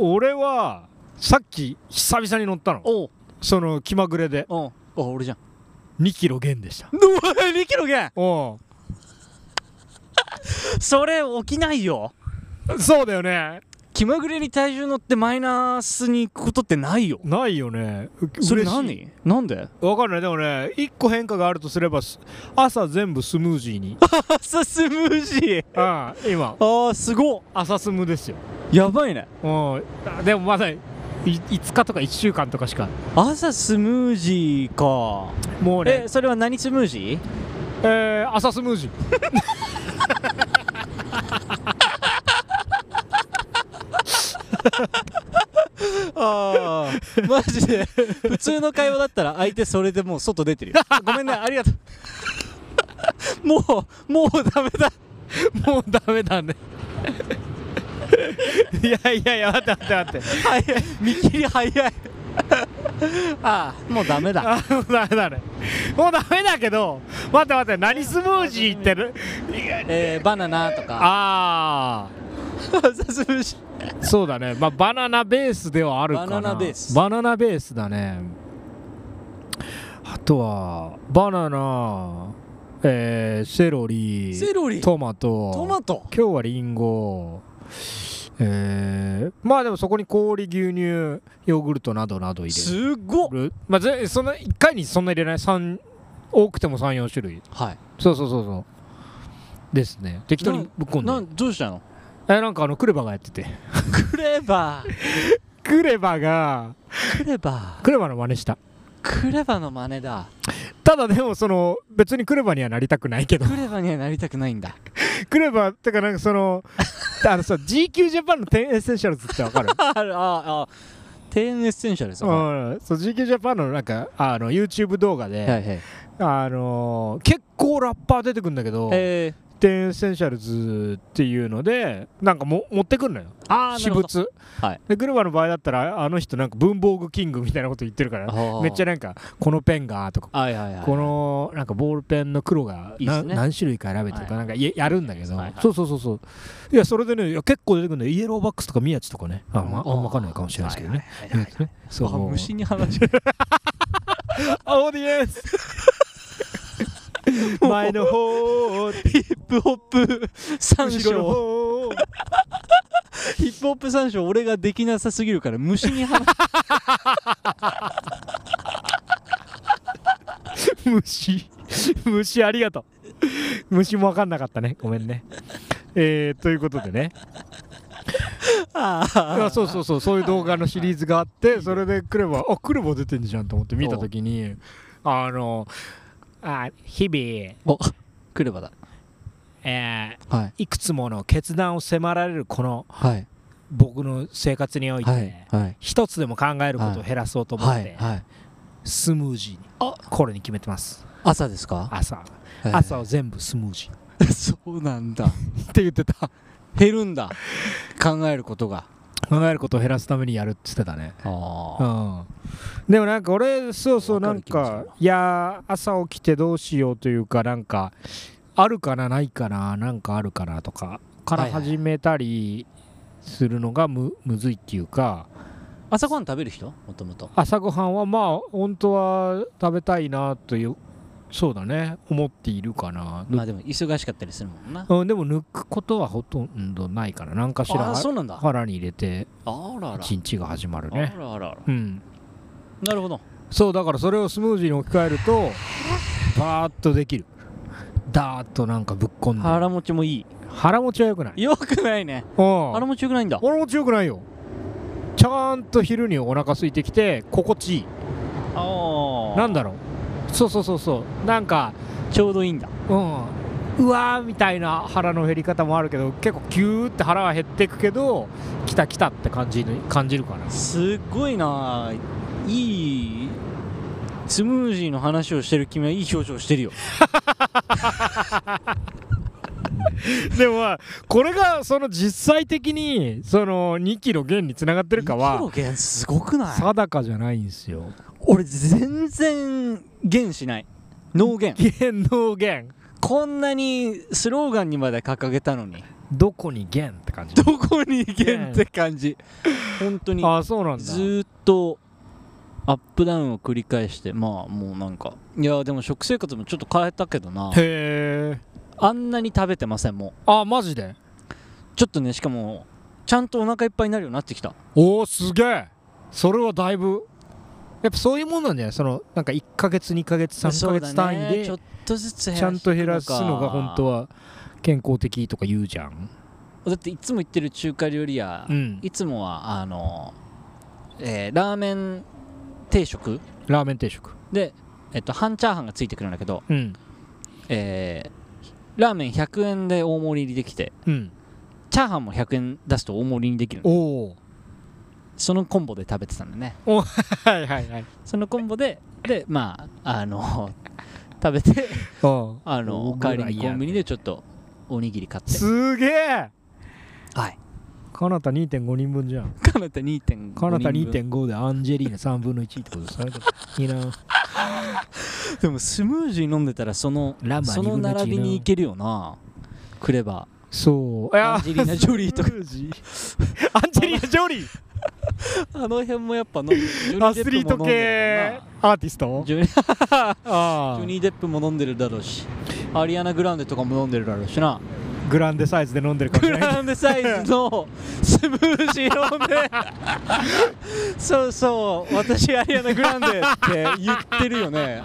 俺はさっき久々に乗ったの
おう
その気まぐれで
おうあ俺 じゃん
2キロ減でした
うわ2キロ減
お
それ起きないよ
おそうだよね
気まぐれに体重乗ってマイナスに行くことってないよ
ないよねう
それ
嬉しい
何なんで
わかんないでもね1個変化があるとすればす朝全部スムージーに
朝スムージー
ああ今
ああすごっ
朝スムですよ
やばいね
うんあでもまだい5日とか1週間とかしか
朝スムージーか
もうね
えそれは何スムージー
えー、朝ス ムージ
ああマジで普通の会話だったら相手それでもう外出てるよ ごめんねありがとうもうもうダメだ
ーもうダメだねいやいやいや待って待って待って
早い見切り早いああもうダメだ
あもうダメだねもうダメだけど待って待って何スムージーってる
えー、バナナとか
ああ
朝スムージー
そうだねまあバナナベースではあるかな
バナナベース
バナナベースだねあとはバナナえー、セロリ
セロリ
トマト
トマト
今日はリンゴえー、まあでもそこに氷牛乳ヨーグルトなどなど入
すごっ
れる、まあ、ぜそんな1回にそんな入れない三多くても34種類
はい
そうそうそうそうですね適当にぶっこんで
な
なん
どうしたの
えなんかあのクレバがやってて
クレバー
クレバが
クレバー
クレバの真似した
クレバーの真似だ
ただでもその別にクレバにはなりたくないけど
クレバーにはなりたくないんだ
クレバってかなんかその あのさ GQ ジャパンの10エッセンシャルズってわ かる
ああああ低温エッセンシャルです
う
よは
ん、そう GQ ジャパンのなんかあの YouTube 動画で、
いはい
あのー結構ラッパー出てくるんだけど、
え
10エッセンシャルズっていうのでなんかも持ってくんのよ
ー、ああ
私物、
はい
でグルマの場合だったらあの人なんか文房具キングみたいなこと言ってるからめっちゃ
ゃ
なんかこのペンがとか
はいはいはい
このなんかボールペンの黒が
いいっ
な
すね
何種類か選べてるか
は
なんかややるんだけど
はいはい
そうそうそうそういやそれでねいや結構出てくるんだよイエローバックスとか宮地とかねあんまあんま分かんないかもしれないですけどね
はいはいはいはい
そう
あ虫 に話が
オーディエン ス 前の方
ヒップホップ三
後ろの
章
方
ヒップホップ三章俺ができなさすぎるから虫に 話
虫虫ありがとう虫も分かんなかったねごめんねえー、ということでね
あ
あそうそうそうそういう動画のシリーズがあってそれでクレバあクレバ出てんじゃんと思って見た時にあのあ日々、
おクレバだ
え
はい
ーいくつもの決断を迫られるこの
はい
僕の生活において、
はいはい
一つでも考えることを減らそうと思って、
はいはい
スムージーに
あ
これに決めてます
朝ですか
朝
えー
朝を全部スムージー
そうなんだ
って言ってた
減るんだ考えることが
考えることを減らすためにやるって言ってたねう
あ
んでもなんか俺そうそうなん
わかる気も
か
する
いやー朝起きてどうしようというかなんかあるかなないかななんかあるかなとかから
はいはい
始めたりするのがむむずいっていうか
朝ごはん食べる人もともと
朝ごはんはまあ本当は食べたいなというそうだね思っているかな、
まあでも忙しかったりするもんな
うん、でも抜くことはほとんどないから何かし
あ
ら
あそうなんだあ
腹に入れて
らあら
一日が始まる
あら
ね
あらあら
うん
なるほど
そうだからそれをスムージーに置き換えるとバーッとできるダーッとなんかぶっこんで
腹持ちもい
腹持ちはよくない
いよくないね
うん
腹持ちよくないんだ
腹持ちよくないよちゃんと昼にお腹空いてきて心地いい
あー
なんだろうそうそうそうそうなんか
ちょうどいいんだ
うんうわーみたいな腹の減り方もあるけど結構ギューって腹は減ってくけどきたきたって感じに感じるかな
すっごいないいスムージーの話をしてる君はいい表情してるよ
でもまあこれがその実際的にその2キロ減につながってるか
生
は
きろ減すごくない
定かじゃないんですよ
俺全然減しないノー減
減能減
こんなにスローガンにまで掲げたのに
どこに減って感じ
どこに減って感じ本当に
ああそうなんだ
ずーっとアップダウンを繰り返してまあもうなんかいやでも食生活もちょっと変えたけどな
へえ
あんなに食べてませんも
あマジで
うちょっとねしかもちゃんとお腹いっぱいになるようになってきた
おおすげえそれはだいぶやっぱそういうもんなんじゃないそのなんか1ヶ月2ヶ月3
そ
ヶ
う
月
だ
単
ね
位で
ちょっとずつ
ちゃんと減らすのが本当
は
は健康的とか言うじゃん
だっていつも行ってる中華料理屋、
うん
いつもはあの、えーラーメン定食
ラーメン定食
で、えっと半チャーハンがついてくるんだけど、
うん
えーラーメン100円で大盛り入りできて
うん
チャーハンも100円出すと大盛りにできる
おお
そのコンボで食べてたんだね
はいはい はい
そのコンボででまああの 食べて
うん
あの
大食
お
い
帰りにコンビニでちょっとおにぎり買って
すげえ
はい
かなた2.5人分じゃん
かなた2.5
かなた
人分
2.5でアンジェリーナ3分の1ってことですねいいな
でもスムージー飲んでたらその
ラマ
その並びに行けるよなクレバ
そう
ーアンジェリーナ・ジョリ ーとか
アンジェリーナ・ジョリー
あの辺もやっぱ飲んでるジョ
ア
ニー
ス
デッ
リー
プ
ト
も飲んで
系
る
アーティスト
もんなジョニー
あ
ジ
ー
ョニー・デップも飲んでるだろうしアリアナ・グランデとかも飲んでるだろうしな
グランデサイズで飲んでるかもし
グ
れない
ランデサイズのスムージー飲んでそうそう私アリアナ・グランデって言ってるよね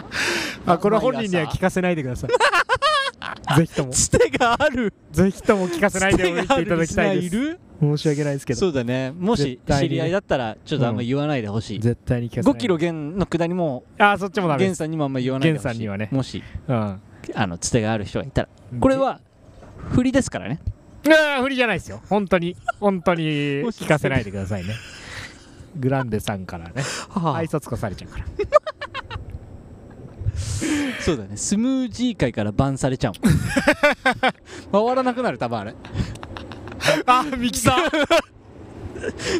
あこれは本人には聞かせないでくださ いぜひとも
つてがある
ぜひとも聞かせないでおいていただきたい
つてがあるリ
で
スナ
す
ーる
申し訳ないですけど
そうだねもし
絶対にね
知り合いだったらちょっとあんま言わないでほしい、
絶対に聞かせない
5キロ減の下りも
あーそっちもダメで
源
す
さんにもあんま言わないでほしい
源さんにはね
もし
うん
あのつてがある人がいたらこれは振りですからね
ああ振りじゃないですよ本当に本当に聞かせないでくださいねグランデさんからね挨拶化されちゃうから
そうだねスムージー界からバンされちゃう もん回らなくなる多分あれ
あミキさん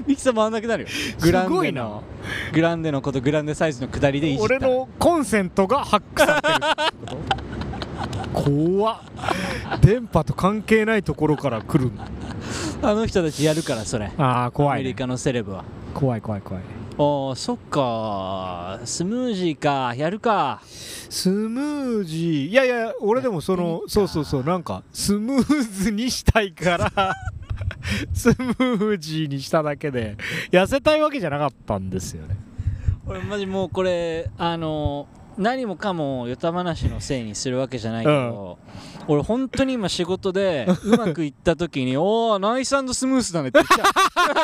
ミキさん回らなくなるよグラン
す
デの
ごいな
グランデのことグランデサイズの下りでいじった
俺
ら
のコンセントがハックされてるってこと怖っ 電波と関係ないところから来るんだ
あの人たちやるからそれ
ああ
ア
怖
メ
い、
リ
ね、
カのセレブは
怖い怖い怖い
ああそっかスムージーかやるか
スムージーいやいや俺でもそのそうそうそうなんかスムーズにしたいから スムージーにしただけで痩せたいわけじゃなかったんですよね
俺マジもうこれあの何もかもヨタ話のせいにするわけじゃないけど、俺本当に今仕 事でうまくいった時に「 おーナイススムースだね」って言っちゃ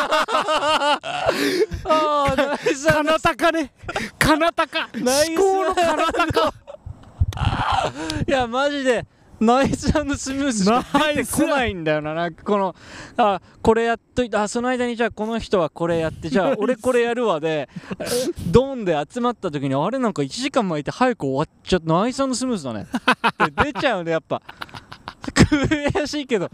う あーナイス
かなたかねかなたか思
ナイス
考のかなたか
いやマジでナイススムースしか出てこないんだよななんかこのあこれやっといてあその間にじゃあこの人はこれやってじ ゃあ俺これやるわでえドンで集まった時にあれなんか1時間巻いて早く終わっちゃったナイススムースだねって出ちゃうねやっぱ悔しいけど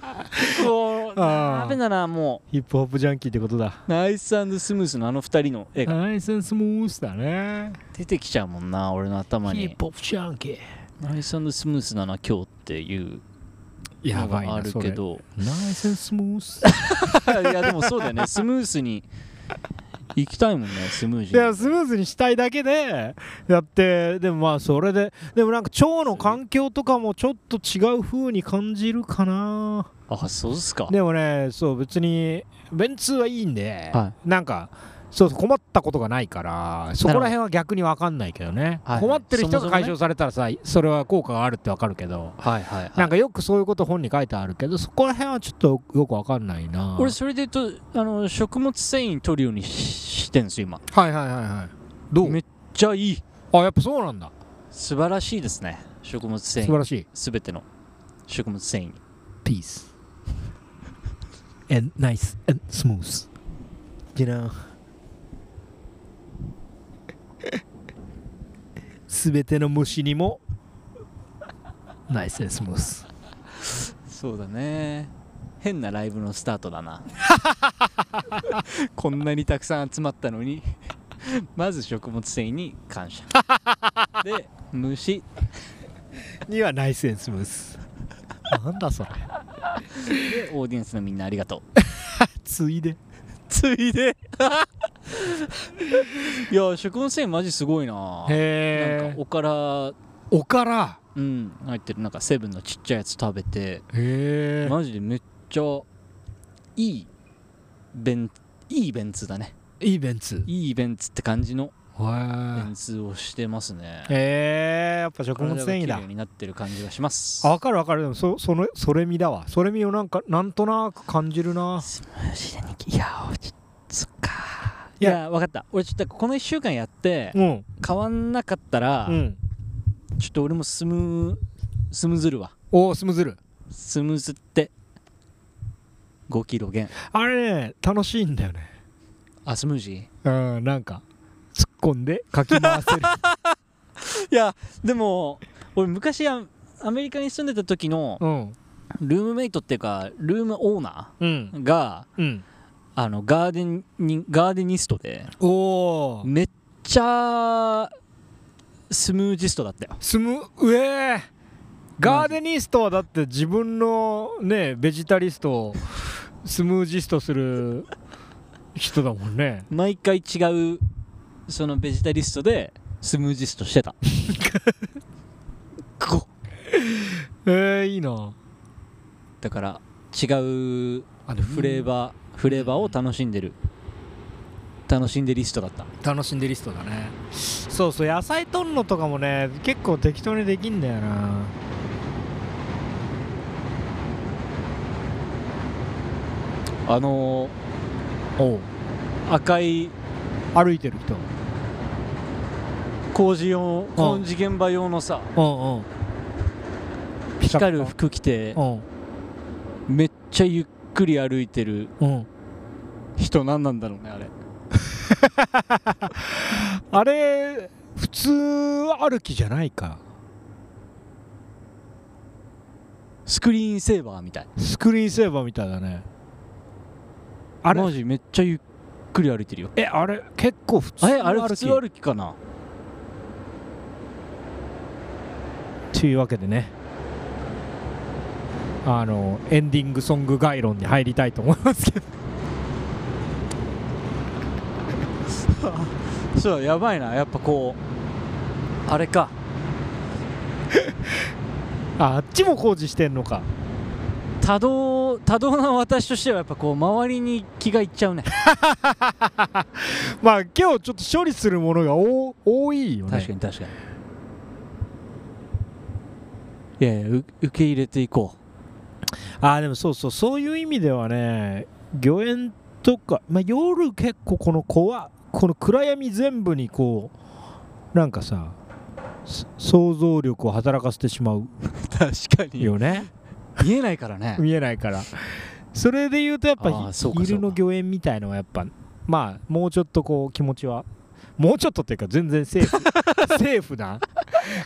こう
あー
ダメだなも
ヒップホップジャンキーってことだ
うナイススムースのあの2人の絵が
ナイススムーズだね
出てきちゃうもんな俺の頭
ヒ
に
ップホップジャンキー
ナイススムースだな今日っていう
や
の
ばい
があ
な
る
そ
け
れ
ど
ナイススムーズ
いやでもそうだよねスムースに行きたいもんねスムージ
で
ー
スムーズにしたいだけでやってでもまあそれででもなんか腸の環境とかもちょっと違う風に感じるかな
あそうっすか
でもねそう別に便通はいいんで、
は
なんかそう困ったことがないからそこら辺は逆に分かんないけどね
はいはい
困ってる人
そもそ
が
もね
解消されたらさそれは効果があるって分かるけど
はいはい
なんかよくそういうこと本に書いてあるけどそこら辺はちょっとよく分かんないな
俺それで言うとあの食物繊維取るようにししてんすよ今
はいはいはいはいどう
めっちゃいい
あやっぱそうなんだ
素晴らしいですね食物繊
素晴
維
らしい
すべての食物繊維
peace and nice and smooth you know すべての虫にも nice and smooth
そうだね変なライブのスタート だなこんなにたくさん集まったのにまず食物繊維に 感謝で虫
には nice and smooth なんだそれ
でオーディエンスのみんなありがとう
ついで
つ いでいや食物繊維マジすごいななん
へえ
かおから
おから
うん入ってるなんかセブンのちっちゃいやつ食べて
へ
マジでめっちゃいいベンいいベンツだね
えいいベンツ
いいベンツって感じのベ
へ
ンツをしてますね
えやっぱ食物繊維
体が綺
だ
麗になってる感じがします
あ分かる分かるでもそそのそれみだわそれみをなんかなんとなく感じるな
スムージーでにいやちそっか
い
い
や
や分かった俺ちょっとこの1週間やって
うん
変わんなかったら、
うん、
ちょっと俺もスムスムズるわ
おおスムズル
スムズって5キロ減
あれね楽しいんだよね
あスムージ
うんなんか突っ込んでかき回せ る
ーいやでも俺昔アアメリカに住んでた時の
うん
ルームメイトっていうかルームオーナ
うん
ーが
うん
あのガーデンにガーデニストで
おお
めっちゃスムージストだったよ
スムうえーガーデニストはだって自分のねベジタリストをスムージストする人だもんね
毎回違うそのベジタリストでスムージストしてたこ
えー、いいな
だから違う
あ
フレーバーフレーバーを楽しんでる楽しんでリストだった
楽しんでリストだねそうそう野菜とんのとかもね結構適当にできんだよな
あの
お
ー赤い
歩いてる人
工事用工事現場用のさ
うんうん
光る服着て
うん
めっちゃゆっくり歩いてる
うん、
人何なんだろうねあれ
あれ普通歩きじゃないか
スクリーンセーバーみたい
スクリーンセーバーみたいだねあれ
マジめっちゃゆっくり歩いてるよ
えあれ結構普通
あ
の
れあれ
歩
普
き
通歩きかな
というわけでねあのエンディングソング概論に入りたいと思いますけど
そうやばいなやっぱこうあれか
ああっちも工事してんのか
多動多動な私としてはやっぱこう周りに気がいっちゃうね
まあ今日ちょっと処理するものが多多いよね
確かに確かにいやいやう受け入れていこ
ああでもそうそうそういう意味ではね御苑とか、まあ、夜結構この子はこの暗闇全部にこうなんかさそ想像力を働かせてしまう
う確か
よね
見えないからね
見えないからそれで言うとやっぱ
あーそうか
昼の
そうか
御苑みたいのはやっぱまあもうちょっとこう気持ちはもうちょっとっていうか全然セーフセーフな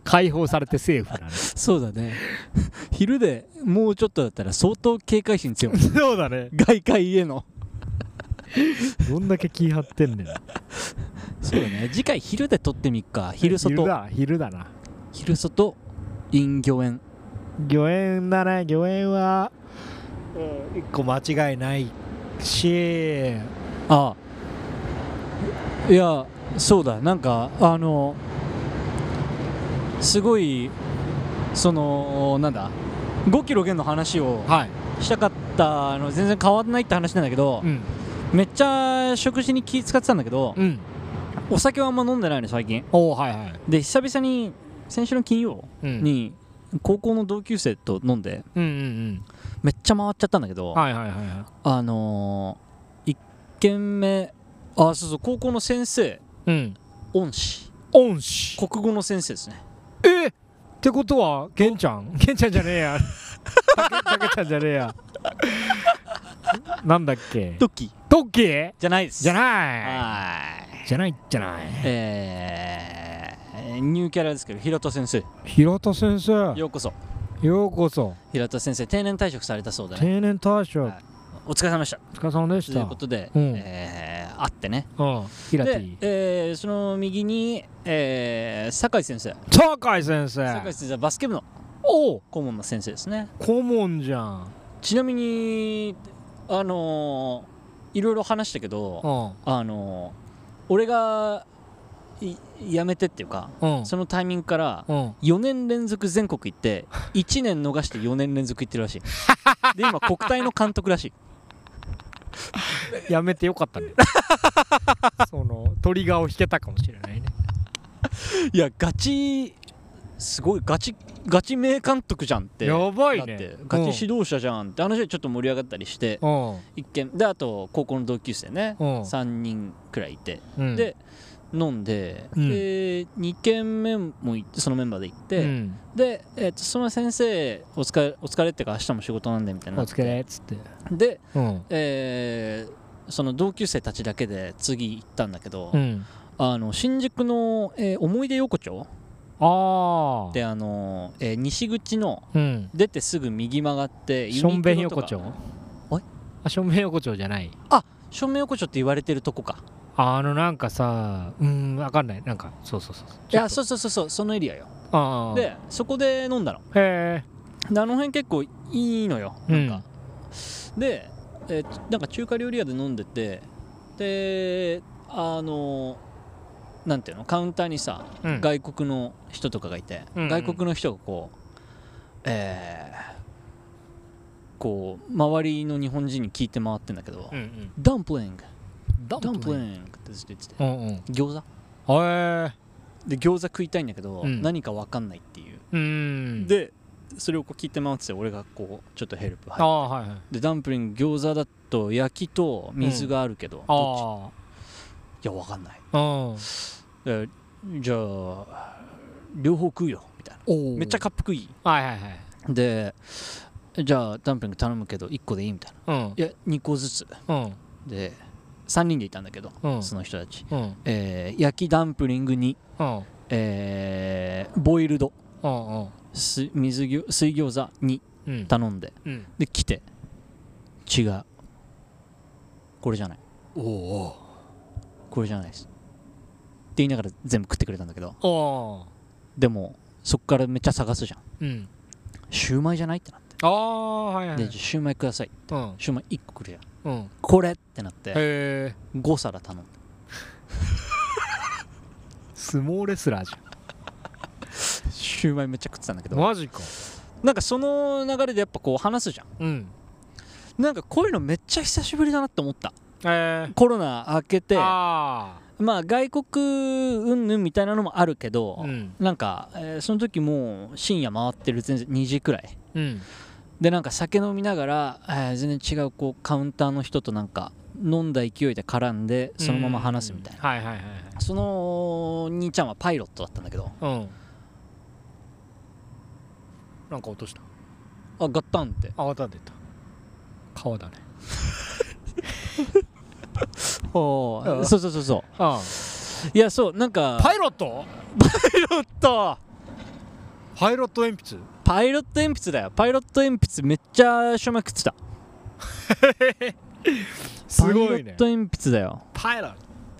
解放されてセーフなね
そうだね 昼でもうちょっとだったら相当警戒心 強い
そうだね
外界への
どんだけ気張ってんねん
そうだね次回昼で撮ってみっか昼
昼
外
だ昼だな
昼外陰魚園
魚園だね魚園は、一個間違いないし
ああいやそうだなんかあのすごいそのなんだ5キロ減の話を
はい、
したかったの全然変わらないって話なんだけど、
うん
めっちゃ食事に気使ってたんだけど、
うん、
お酒はあんま飲んでないの最近
おおはいはい、
で久々に先週の金曜
うん、
に高校の同級生と飲んで
うんうん
めっちゃ回っちゃったんだけど、
うんはいはいはいはい
あのー、1軒目あそうそう高校の先生
うん
恩師
恩師
国語の先生ですね
えってことはケンちゃ んケンちゃんじゃねえやタケタケちゃんじゃねえやなんだっけ
ドッキー
トッキー
じゃないです
じゃな
はい
じゃないじゃない
いえー、ニューキャラですけど平田先生
平田先生
ようこそ
ようこそ
平田先生定年退職されたそうでね
定年退職
はいお疲れ様でした
お疲れ様でし
とい
た
うことで、
うん
えー、会ってね
うん平田
で、えー、その右に、えー、酒井先生
高井先
酒井
生
先生はバスケ部の
おお
顧問の先生ですね
顧問じゃん
ちなみにあのー、いろいろ話したけど、
うん
あの俺がい辞めてっていうか、
うん
そのタイミングから
うん
4年連続全国行 って1年逃して4年連続行ってるら しいで今国体の監督らしい
やめてよかった ねそのトリガーを引けたかもしれないね
いやガチすごいガチガチ名監督じゃんって
やばい
だって
ね
ガチ指導者じゃんって話でちょっと盛り上がったりして
うんうん
一見であと高校の同級生ね
うん
3人くらいいて
うん
で飲んで、
うん
で2軒目も行ってそのメンバーで行って、
うん
で、えー、とその先生お疲れお疲れってか明日も仕事なんでみたいに
お
なって
疲れっつって
で、
うん
えーその同級生たちだけで次行ったんだけど、
うん
あの新宿の、えー思い出横丁
ああ
であのー、えー西口の
うん
出てすぐ右曲がって
しょんべん横
ユニ
丁
クロとかおい
あしょんべん横丁じゃない
しょんべん横丁って言われてるとこか
あのなんかさうんわかんないなんかそうそうそう
いやそうそうそうそうそのエリアよ
ああ
でそこで飲んだの
へえ
であの辺結構いいのよ
う
なん
ん
か、で、えーなんか中華料理屋で飲んでてであのなんていうのカウンターにさ、
うん
外国の人とかがいて、
うんうん
外国の人がこうえーこう周りの日本人に聞いて回ってんだけど
うんうん
「ダンプリング
ダ
ダンプリング」ってずっと言ってて
うんうんへ
餃子
え
で餃子食いたいんだけど、
うん
何か分かんないっていう、
うん
でそれをこう聞いて回ってて俺がこうちょっとヘルプ入って
ああはいはい
でダンプリング餃子だと焼きと水があるけど、どっち
あ
いやわかんない
あうん
えじゃあ両方食うよみたいな
お
めっちゃ
か
かっこいい
はいはいはい
でじゃあダンプリング頼むけど1個でいいみたいな
うん
いや2個ずつ
うん
で3人でいたんだけど、
うん
その人たち、
うん
えー焼きダンプリングに、
うん
えーボイルド
うんうん
す水餃水餃子に
うん
頼んで
うん
で来て違うこれじゃない
おお
これじゃないですって言いながら全部食ってくれたんだけど
お
でもそっからめっちゃ探すじゃん
うん
シューマイじゃないってなって、
ああはいはい
でシューマイください
うん
シューマイ1個くれよ
うん
これってなっ
へ
て
え
5皿頼んだ
相撲レスラーじ
シューマイめっちゃ食ってたんだけ
ゃん
ど
マジか
なんかその流れでやっぱこう話すじゃ
うん
んなんかこういうのめっちゃ久しぶりだなって思った
ええ
コロナ明けて
あ
まあ外国うんぬんみたいなのもあるけど
あ、うん
なんか、えーその時もう深夜回ってる全然2時くらい
うん
でなんか酒飲みながら、えー全然違うこうカウンターの人となんか飲んだ勢いで絡んでそのまま話すみたいな、
なはいはいはいはい
その兄ちゃんはパイロットだったんだけど
うんなんか落とした
あガッタンって
あわた出た川だね
お
ー
そうそうそうそ
あ
ういやそうなんか
パイロット
イロット
パイロット鉛筆
パイロット鉛筆だよパイロット鉛筆めっちゃしょまくってた
すごいね
パイロット鉛筆だよ
パイロット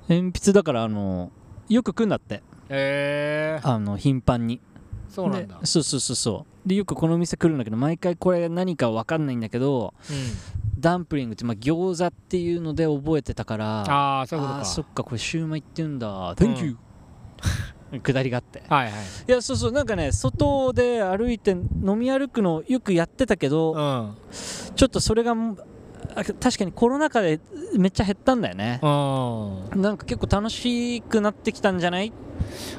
鉛筆だからあのよく食うんだって
へえ
あの頻繁に
そうなんだ
でそうそうそうそうでよくこの店来るんだけど毎回これ何か分かんないんだけど
うん
ダンプリングって、まあ、餃子っていうので覚えてたから
ああそういうこ
あーそ
と
っかこれシューマイって言うんだ Thank you、下りがあって
かはいはい
いやそうそうなんかね外で歩いて飲み歩くのよくやってたけど、
うん
ちょっとそれがもうあ確かにコロナ禍でめっちゃ減ったんだよね、
あ
なんか結構楽しくなってきたんじゃないっ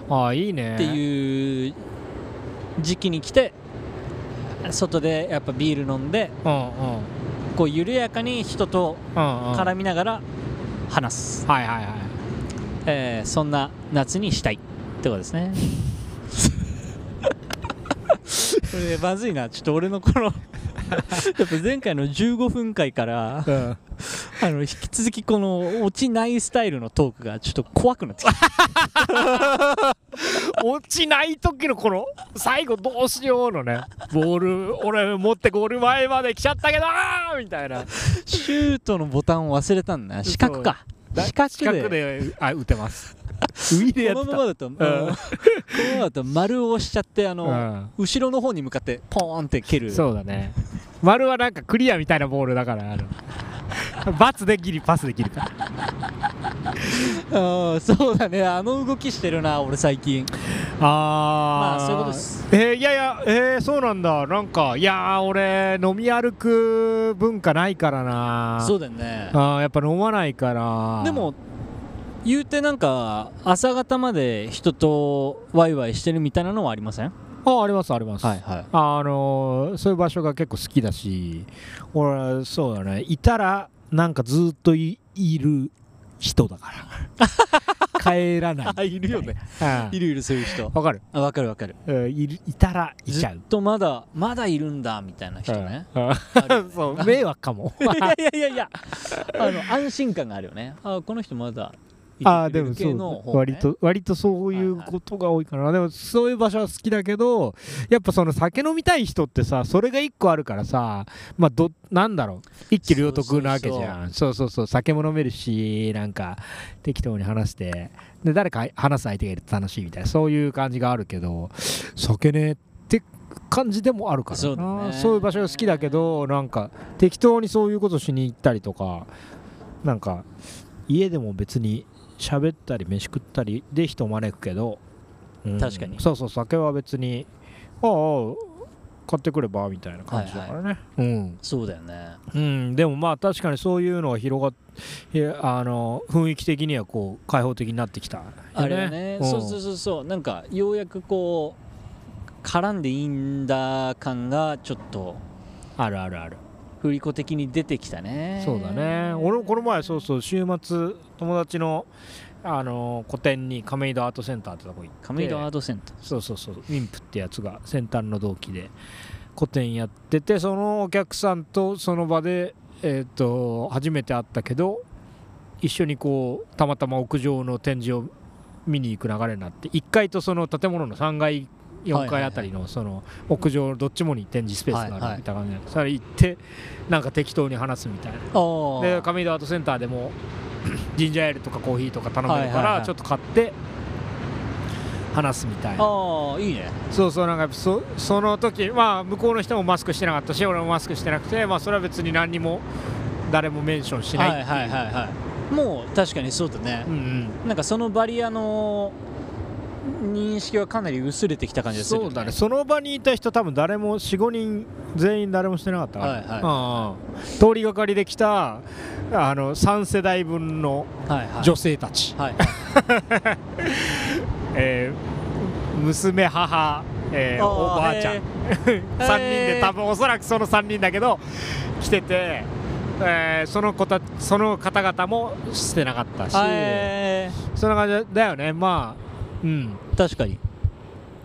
あいいね
ていう時期に来て外でやっぱビール飲んで
うんうんうん
こう緩やかに人と
うん
絡みながら話す、
はいはいはい
えーそんな夏にしたいってことですね これまずいなちょっと俺のこ のやっぱ前回の15分回から
うん
あの引き続きこの落ちないスタイルのトークがちょっと怖くなってきた
落ちない時のこの最後どうしようのねボール俺持ってゴール前まで来ちゃったけどあーみたいな
シュートのボタンを忘れたんだ四角か
だ
四角で
近くであ打て ます上でやっ
こ
て
の
た
ままだと、このままだと丸を押しちゃってあの、
うん
後ろの方に向かってポーンって蹴る
そうだね丸はなんかクリアみたいなボールだからあ の罰でギリパスできるから
あーそうだねあの動きしてるな俺最近
あま
まあそういうことです
えーいやいやえーそうなんだなんかいやー俺飲み歩く文化ないからな
そうだよね
あーやっぱ飲まないから
でも言うてなんか朝方まで人とワイワイしてるみたいなのはありません
あありますあります
はい
あのーそういう場所が結構好きだし俺そうだねいたらなんかずっといいる人だから 帰らない
あいるよね
うん
いるいるそういう人
わかる
あわかるわかる
うんいるいたらい
ず
ち
っ
ゃう
とまだまだいるんだみたいな人ね、
うん
あるよね
そう迷惑かも
いやいやいやいやあの安心感があるよねあこの人まだいて
ああ
くれ
で
る
も
系
そう、
の方ね
割と割とそういうことが多いかな、でもそういう場所は好きだけどやっぱその酒飲みたい人ってさそれが一個あるからさまあどなんだろう一気両得なわけじゃんそうそうそう酒も飲めるしなんか適当に話してで誰か話す相手がいると楽しいみたいなそういう感じがあるけど酒ねって感じでもあるからな
そうだね
そういう場所が好きだけどなんか適当にそういうことしに行ったりとかなんか家でも別に喋ったり飯食ったりで人を招くけど、うん
確かに
そうそう酒は別にああああ買ってくればみたいな感じだからね、うん、
そうだよね
うん、でもまあ確かにそういうのが広がっいやあの雰囲気的にはこう開放的になってきたよね、
あれだね、
ん
そうそうそうそうなんかようやくこう絡んでいいんだ感がちょっと
あるあるある
振り子的に出てきたね
そうだね俺もこの前そうそう週末友達のあの個展に亀戸アートセンターってとこ行って
亀戸アートセンター
そうそうそうウィンプってやつが先端の同期で個展やっててそのお客さんとその場で、えー、と初めて会ったけど一緒にこうたまたま屋上の展示を見に行く流れになって1階とその建物の3階4階あたりのその屋上どっちもに展示スペースがあるみたいな感じでそれ行ってなんか適当に話すみたいな
あ
で亀戸アートセンターでもジンジャーエールとかコーヒーとか頼めるか
はいはい
ら
はい
ちょっと買って話すみたいな
ああいいね
そうそうなんかやっぱそその時まあ向こうの人もマスクしてなかったし俺もマスクしてなくてまあそれは別に何にも誰もメンションしない、
はいはいはいはいもう確かにそうだね
うんうん
なんかそのバリアの認識はかなり薄れてきた感じがするよ、
そうだねその場にいた人多分誰も45人全員誰もしてなかったから、
はいはい
うんうん通りがかりで来たあの3世代分の
はいはい
女性たち、
はい
えー娘母、えー
あー
おばあちゃん、
へ
3人で多分おそらくその3人だけど来てて、えーその子たその方々もしてなかったし、
はい
そんな感じだよねまあうん
確かに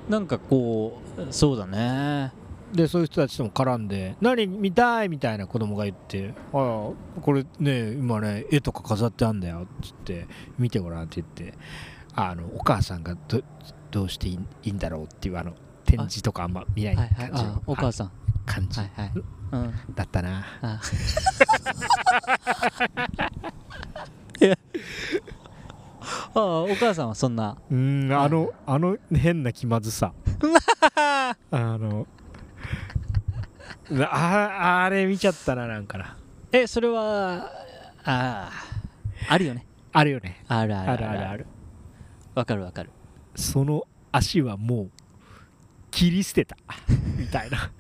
なんかこうそうだね
でそういう人たちとも絡んで「何見たい?」みたいな子供が言って「ああこれね今ね絵とか飾ってあんだよ」っつって「見てごらん」って言ってあのお母さんがどどうしていいいいんだろうっていうあの展示とかあんま見ない
はい
感
はい
じの
あお母さん
あ感じ
はいはいうん
だったな。
あ いや ああお母さんはそんな
うーんあのあの変な気まず さあの ああれ見ちゃったななんかな
えそれはあああるよね
あるよね
あるある
あるあるある
わかるわかる
その足はもう切り捨て たみたいな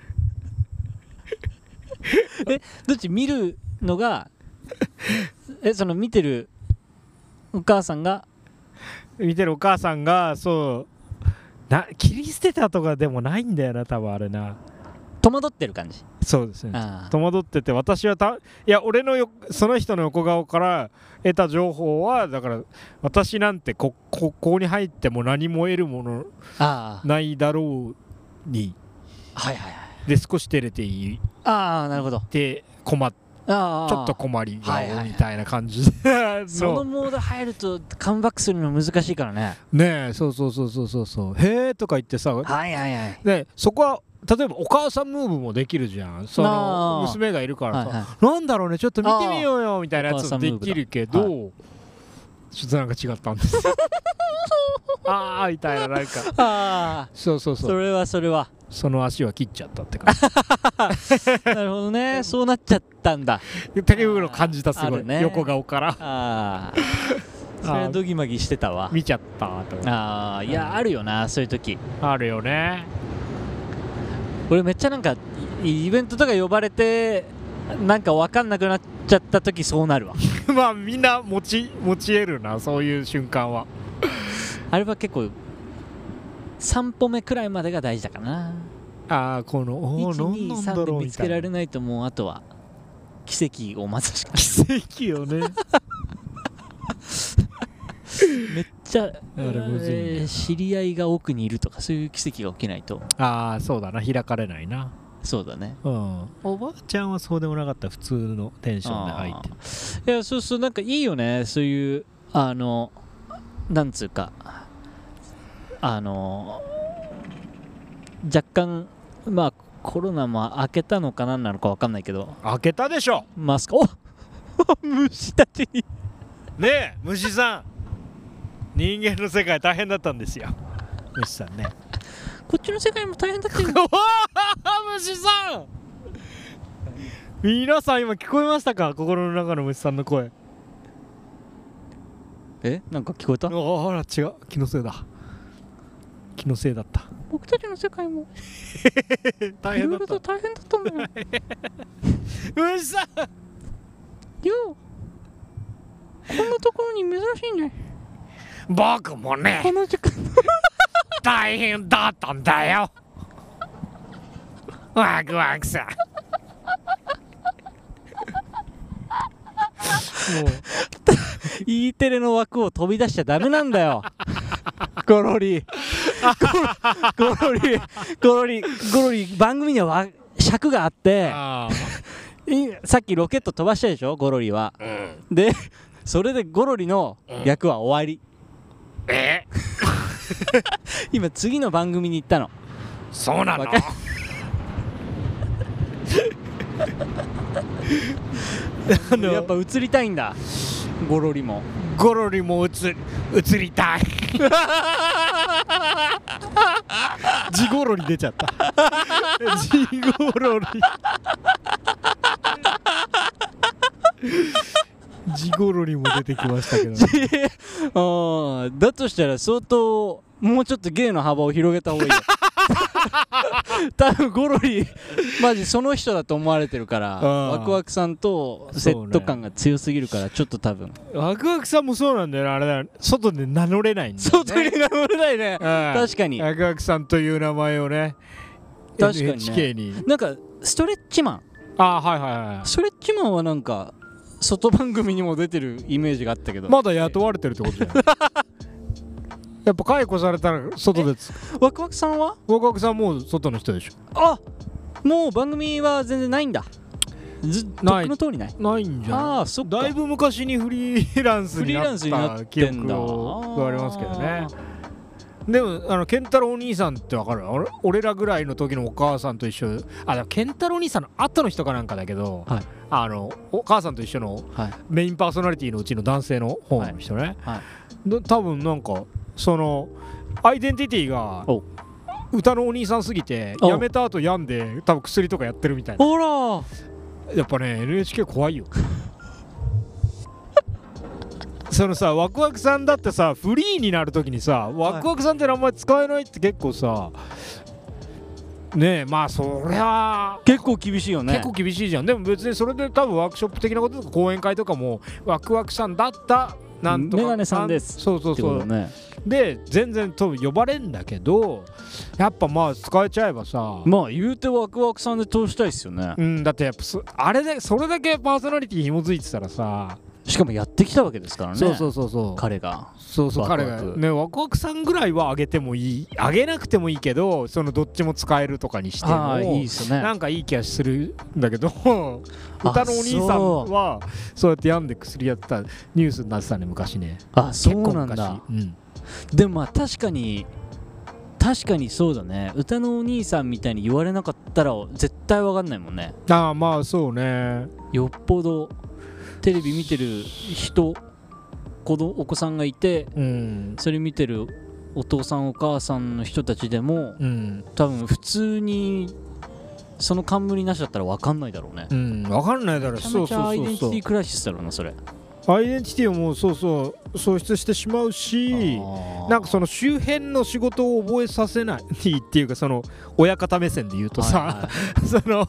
どっち見るのがえその見てるお母さんが
見てるお母さんがそうな切り捨てたとかでもないんだよな多分あれな
戸惑ってる感じ
そうですね
ああ
戸惑ってて私はたいや俺のよその人の横顔から得た情報はだから私なんてこここに入っても何も得るもの
あ
ないだろうに
あはいはいはい
で少し照れてい
ああなるほど
て困っ
ああ
ちょっと困り
はいはいは
顔
い
みたいな感じ で
そのモード入るとカムバックするの難しいからね
ねえそうそうそうそうそうそうへえとか言ってさ
はいはいはい
ねそこは例えばお母さんムーブもできるじゃんそ
あ
の
ー
娘がいるからさ、
はいはい
なんだろうねちょっと見てみようよみたいなやつもできるけど、
お母さん
ちょっとなんか違ったん ですよああみたいななんか
ああ
そうそうそう
そ
そ
れはそれは
の足は切っちゃったって感じ
なるほどねそうなっちゃったんだ
竹袋感じたす
あ
ごい、
るね
横顔から
ああそれはドギマギしてたわ
見ちゃったとか
ああいやあるよなそういう時
あるよね
俺めっちゃなんかイイベントとか呼ばれてなんか分かんなくなっちゃった時そうなるわ
まあみんな持ち持ち得るなそういう瞬間は
あれは結構3歩目くらいまでが大事だかな
ああこのおー何なん
123
だ
で
ろう
見
み
つ
た
け
い
ら
な
れないともうあとは奇跡を待つしかない
奇跡よね
めっちゃ、え
れむずいんだよな
ー知り合いが奥にいるとかそういう奇跡が起きないと
ああそうだな開かれないな
そうだね
うんおばあちゃんはそうでもなかった普通のテンションで入って
いやそうそうなんかいいよねそういうあのなんつうかあの若干まあコロナも明けたのかなんなのかわかんないけど
開けたでしょ
マスクお 虫たちに
ねえ虫さん人間の世界大変だったんですよ虫さんね
こっちの世界も大変だっていう
おお虫さん皆さん今聞こえましたか心の中の虫さんの声
えなんか聞こえた
おほら違う気のせいだ気のせいだった
僕たちの世界もい
大
ろいろと大変だったんだよ
虫さん
ようこんなところに珍しいね
僕も
こ
ね
の時間
大変だったんだよ ワクワクさもう
E テレの枠を飛び出しちゃダメなんだよゴロリゴロゴロリゴロリゴロリ番組にはわ尺があって
あ
いさっきロケット飛ばしたでしょゴロリは、でそれでゴロリの役は終わり、
ーえ
今次の番組に行ったの
そうなの
わか
あの
やっぱ映りたいんだゴロリも
ゴロリもうつ映りたいジゴロリ出ちゃった ジゴロリジゴロリも出てきましたけど
であーだとしたら相当もうちょっと芸の幅を広げた方 がいいよ多分ゴロリマジその人だと思われてるから
うん
ワクワクさんとセット感が強すぎるからちょっと多分
ワクワクさんもそうなんだよなあれだ外で名乗れないんだよ
相当に名乗れないね
うん
確かに
ワクワクさんという名前をね
確かにね
NHK に
なんかストレッチマン
あはいはいはい
ストレッチマンはなんか外番組にも出てるイメージがあったけど
まだ雇われてるってことじ ゃないやっぱ解雇されたら外でつ
ワクワクさんは
合格さんもう外の人でし
あもう番組は全然ないんだずっと
ない
の通りない
ょないんじゃない
ああそっか
だいぶ昔にフリーランス
フ
に
リーラ
な
ン
っ
スになったて
記
んだ
憶をがありますけどねでもあのケンタロウお兄さんってわかる俺俺らぐらいの時のお母さんと一緒あでもケンタロウお兄さんの後の人かなんかだけど、
はい
あのお母さんと一緒の
はい
メインパーソナリティのうちの男性の方の人ね、
はいは
で多分なんかそのアイデンティティが
お
歌のお兄さんすぎて
お
やめた後病んで多分薬とかやってるみたいな
ほら
やっぱね NHK 怖いよ そのさワクワクさんだってさフリーになるときにさワクワクさんって名前使えないって結構さねえまあそりゃ
結構厳しいよね
結構厳しいじゃん、でも別にそれで多分ワークショップ的なこととか講演会とかもワクワクさんだったなんとか
メガネさんです
そうそう
って
そ
こと
う
だね
で全然多分呼ばれんだけどやっぱまあ使えちゃえばさ
まあ言うてワクワクさんで通したいっすよね
うんだってやっぱそあれでそれだけパーソナリティ紐づいてたらさ、
しかもやってきたわけですからね
そうそうそうそう
彼が
そうそう
ワク
彼
ワク
がねワクワクさんぐらいはあげてもいいあげなくてもいいけどそのどっちも使えるとかにして
あ
も
あいいっすね
なんかいい気がするんだけど歌のお兄さんはそうやって病んで薬やってたニュースになってたね昔ね
あそうなんだ
結構昔うん
でもまあ確かに確かにそうだね歌のお兄さんみたいに言われなかったら絶対わかんないもんね
ああまあそうね
よっぽどテレビ見てる人子供お子さんがいて
うん
それ見てるお父さんお母さんの人たちでも
うん
多分普通にその冠なしだったらわかんないだろうね
うん分かんないだろ
めちゃ
そ
め
う
ち
そう
ゃアイデ
そ
ン
う
ティ
そ
ティクライシスだろうなそれ
うアイデンティティをもうそうそう喪失してしまうしなんかそ
の
の周辺の仕事を覚えさせないっていうかその親方目線で言うとさ、 その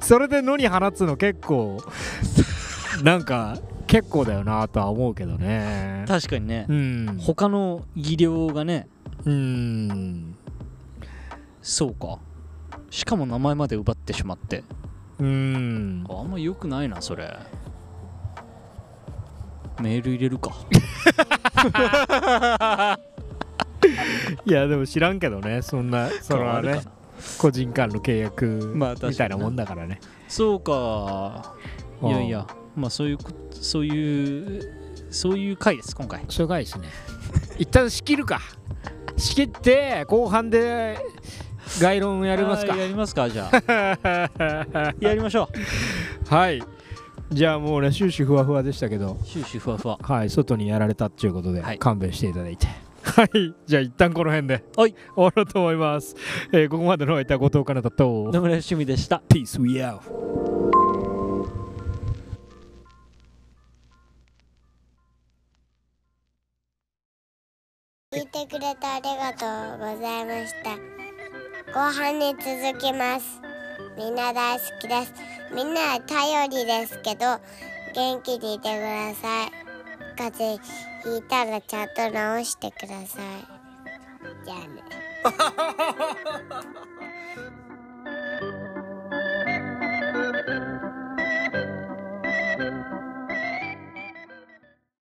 それで野に放つの結構なんか結構だよなとは思うけどね
確かにね
うん
他の技量がね
うん
そうかしかも名前まで奪ってしまって
うん
あんま良くないなそれメール入れるか
いやでも知らんけどねそんなそれは
変わ
ね
るかな
個人間の契約
まあ確かにな
みたいなもんだからね、
そうかいやいやまあそういうこそういうそういう回です今回
それがいいですね一旦仕切るか仕切って後半で概論やりますか
あーやりますかじゃ あやりましょう
はいじゃあもうね終始ふわふわでしたけど
終始ふわふわ
はい外にやられたっていうことで
はい
勘弁していただいて はいじゃあ一旦この辺で
はい
終わろうと思います、えーここまでのお相手は後藤かなたと
野村趣味でした
Peace we out
聞いてくれてありがとうございました後半に続きますみんな大好きですみんなは頼りですけど元気でいてください風邪ひいたらちゃんと治してくださいじゃあね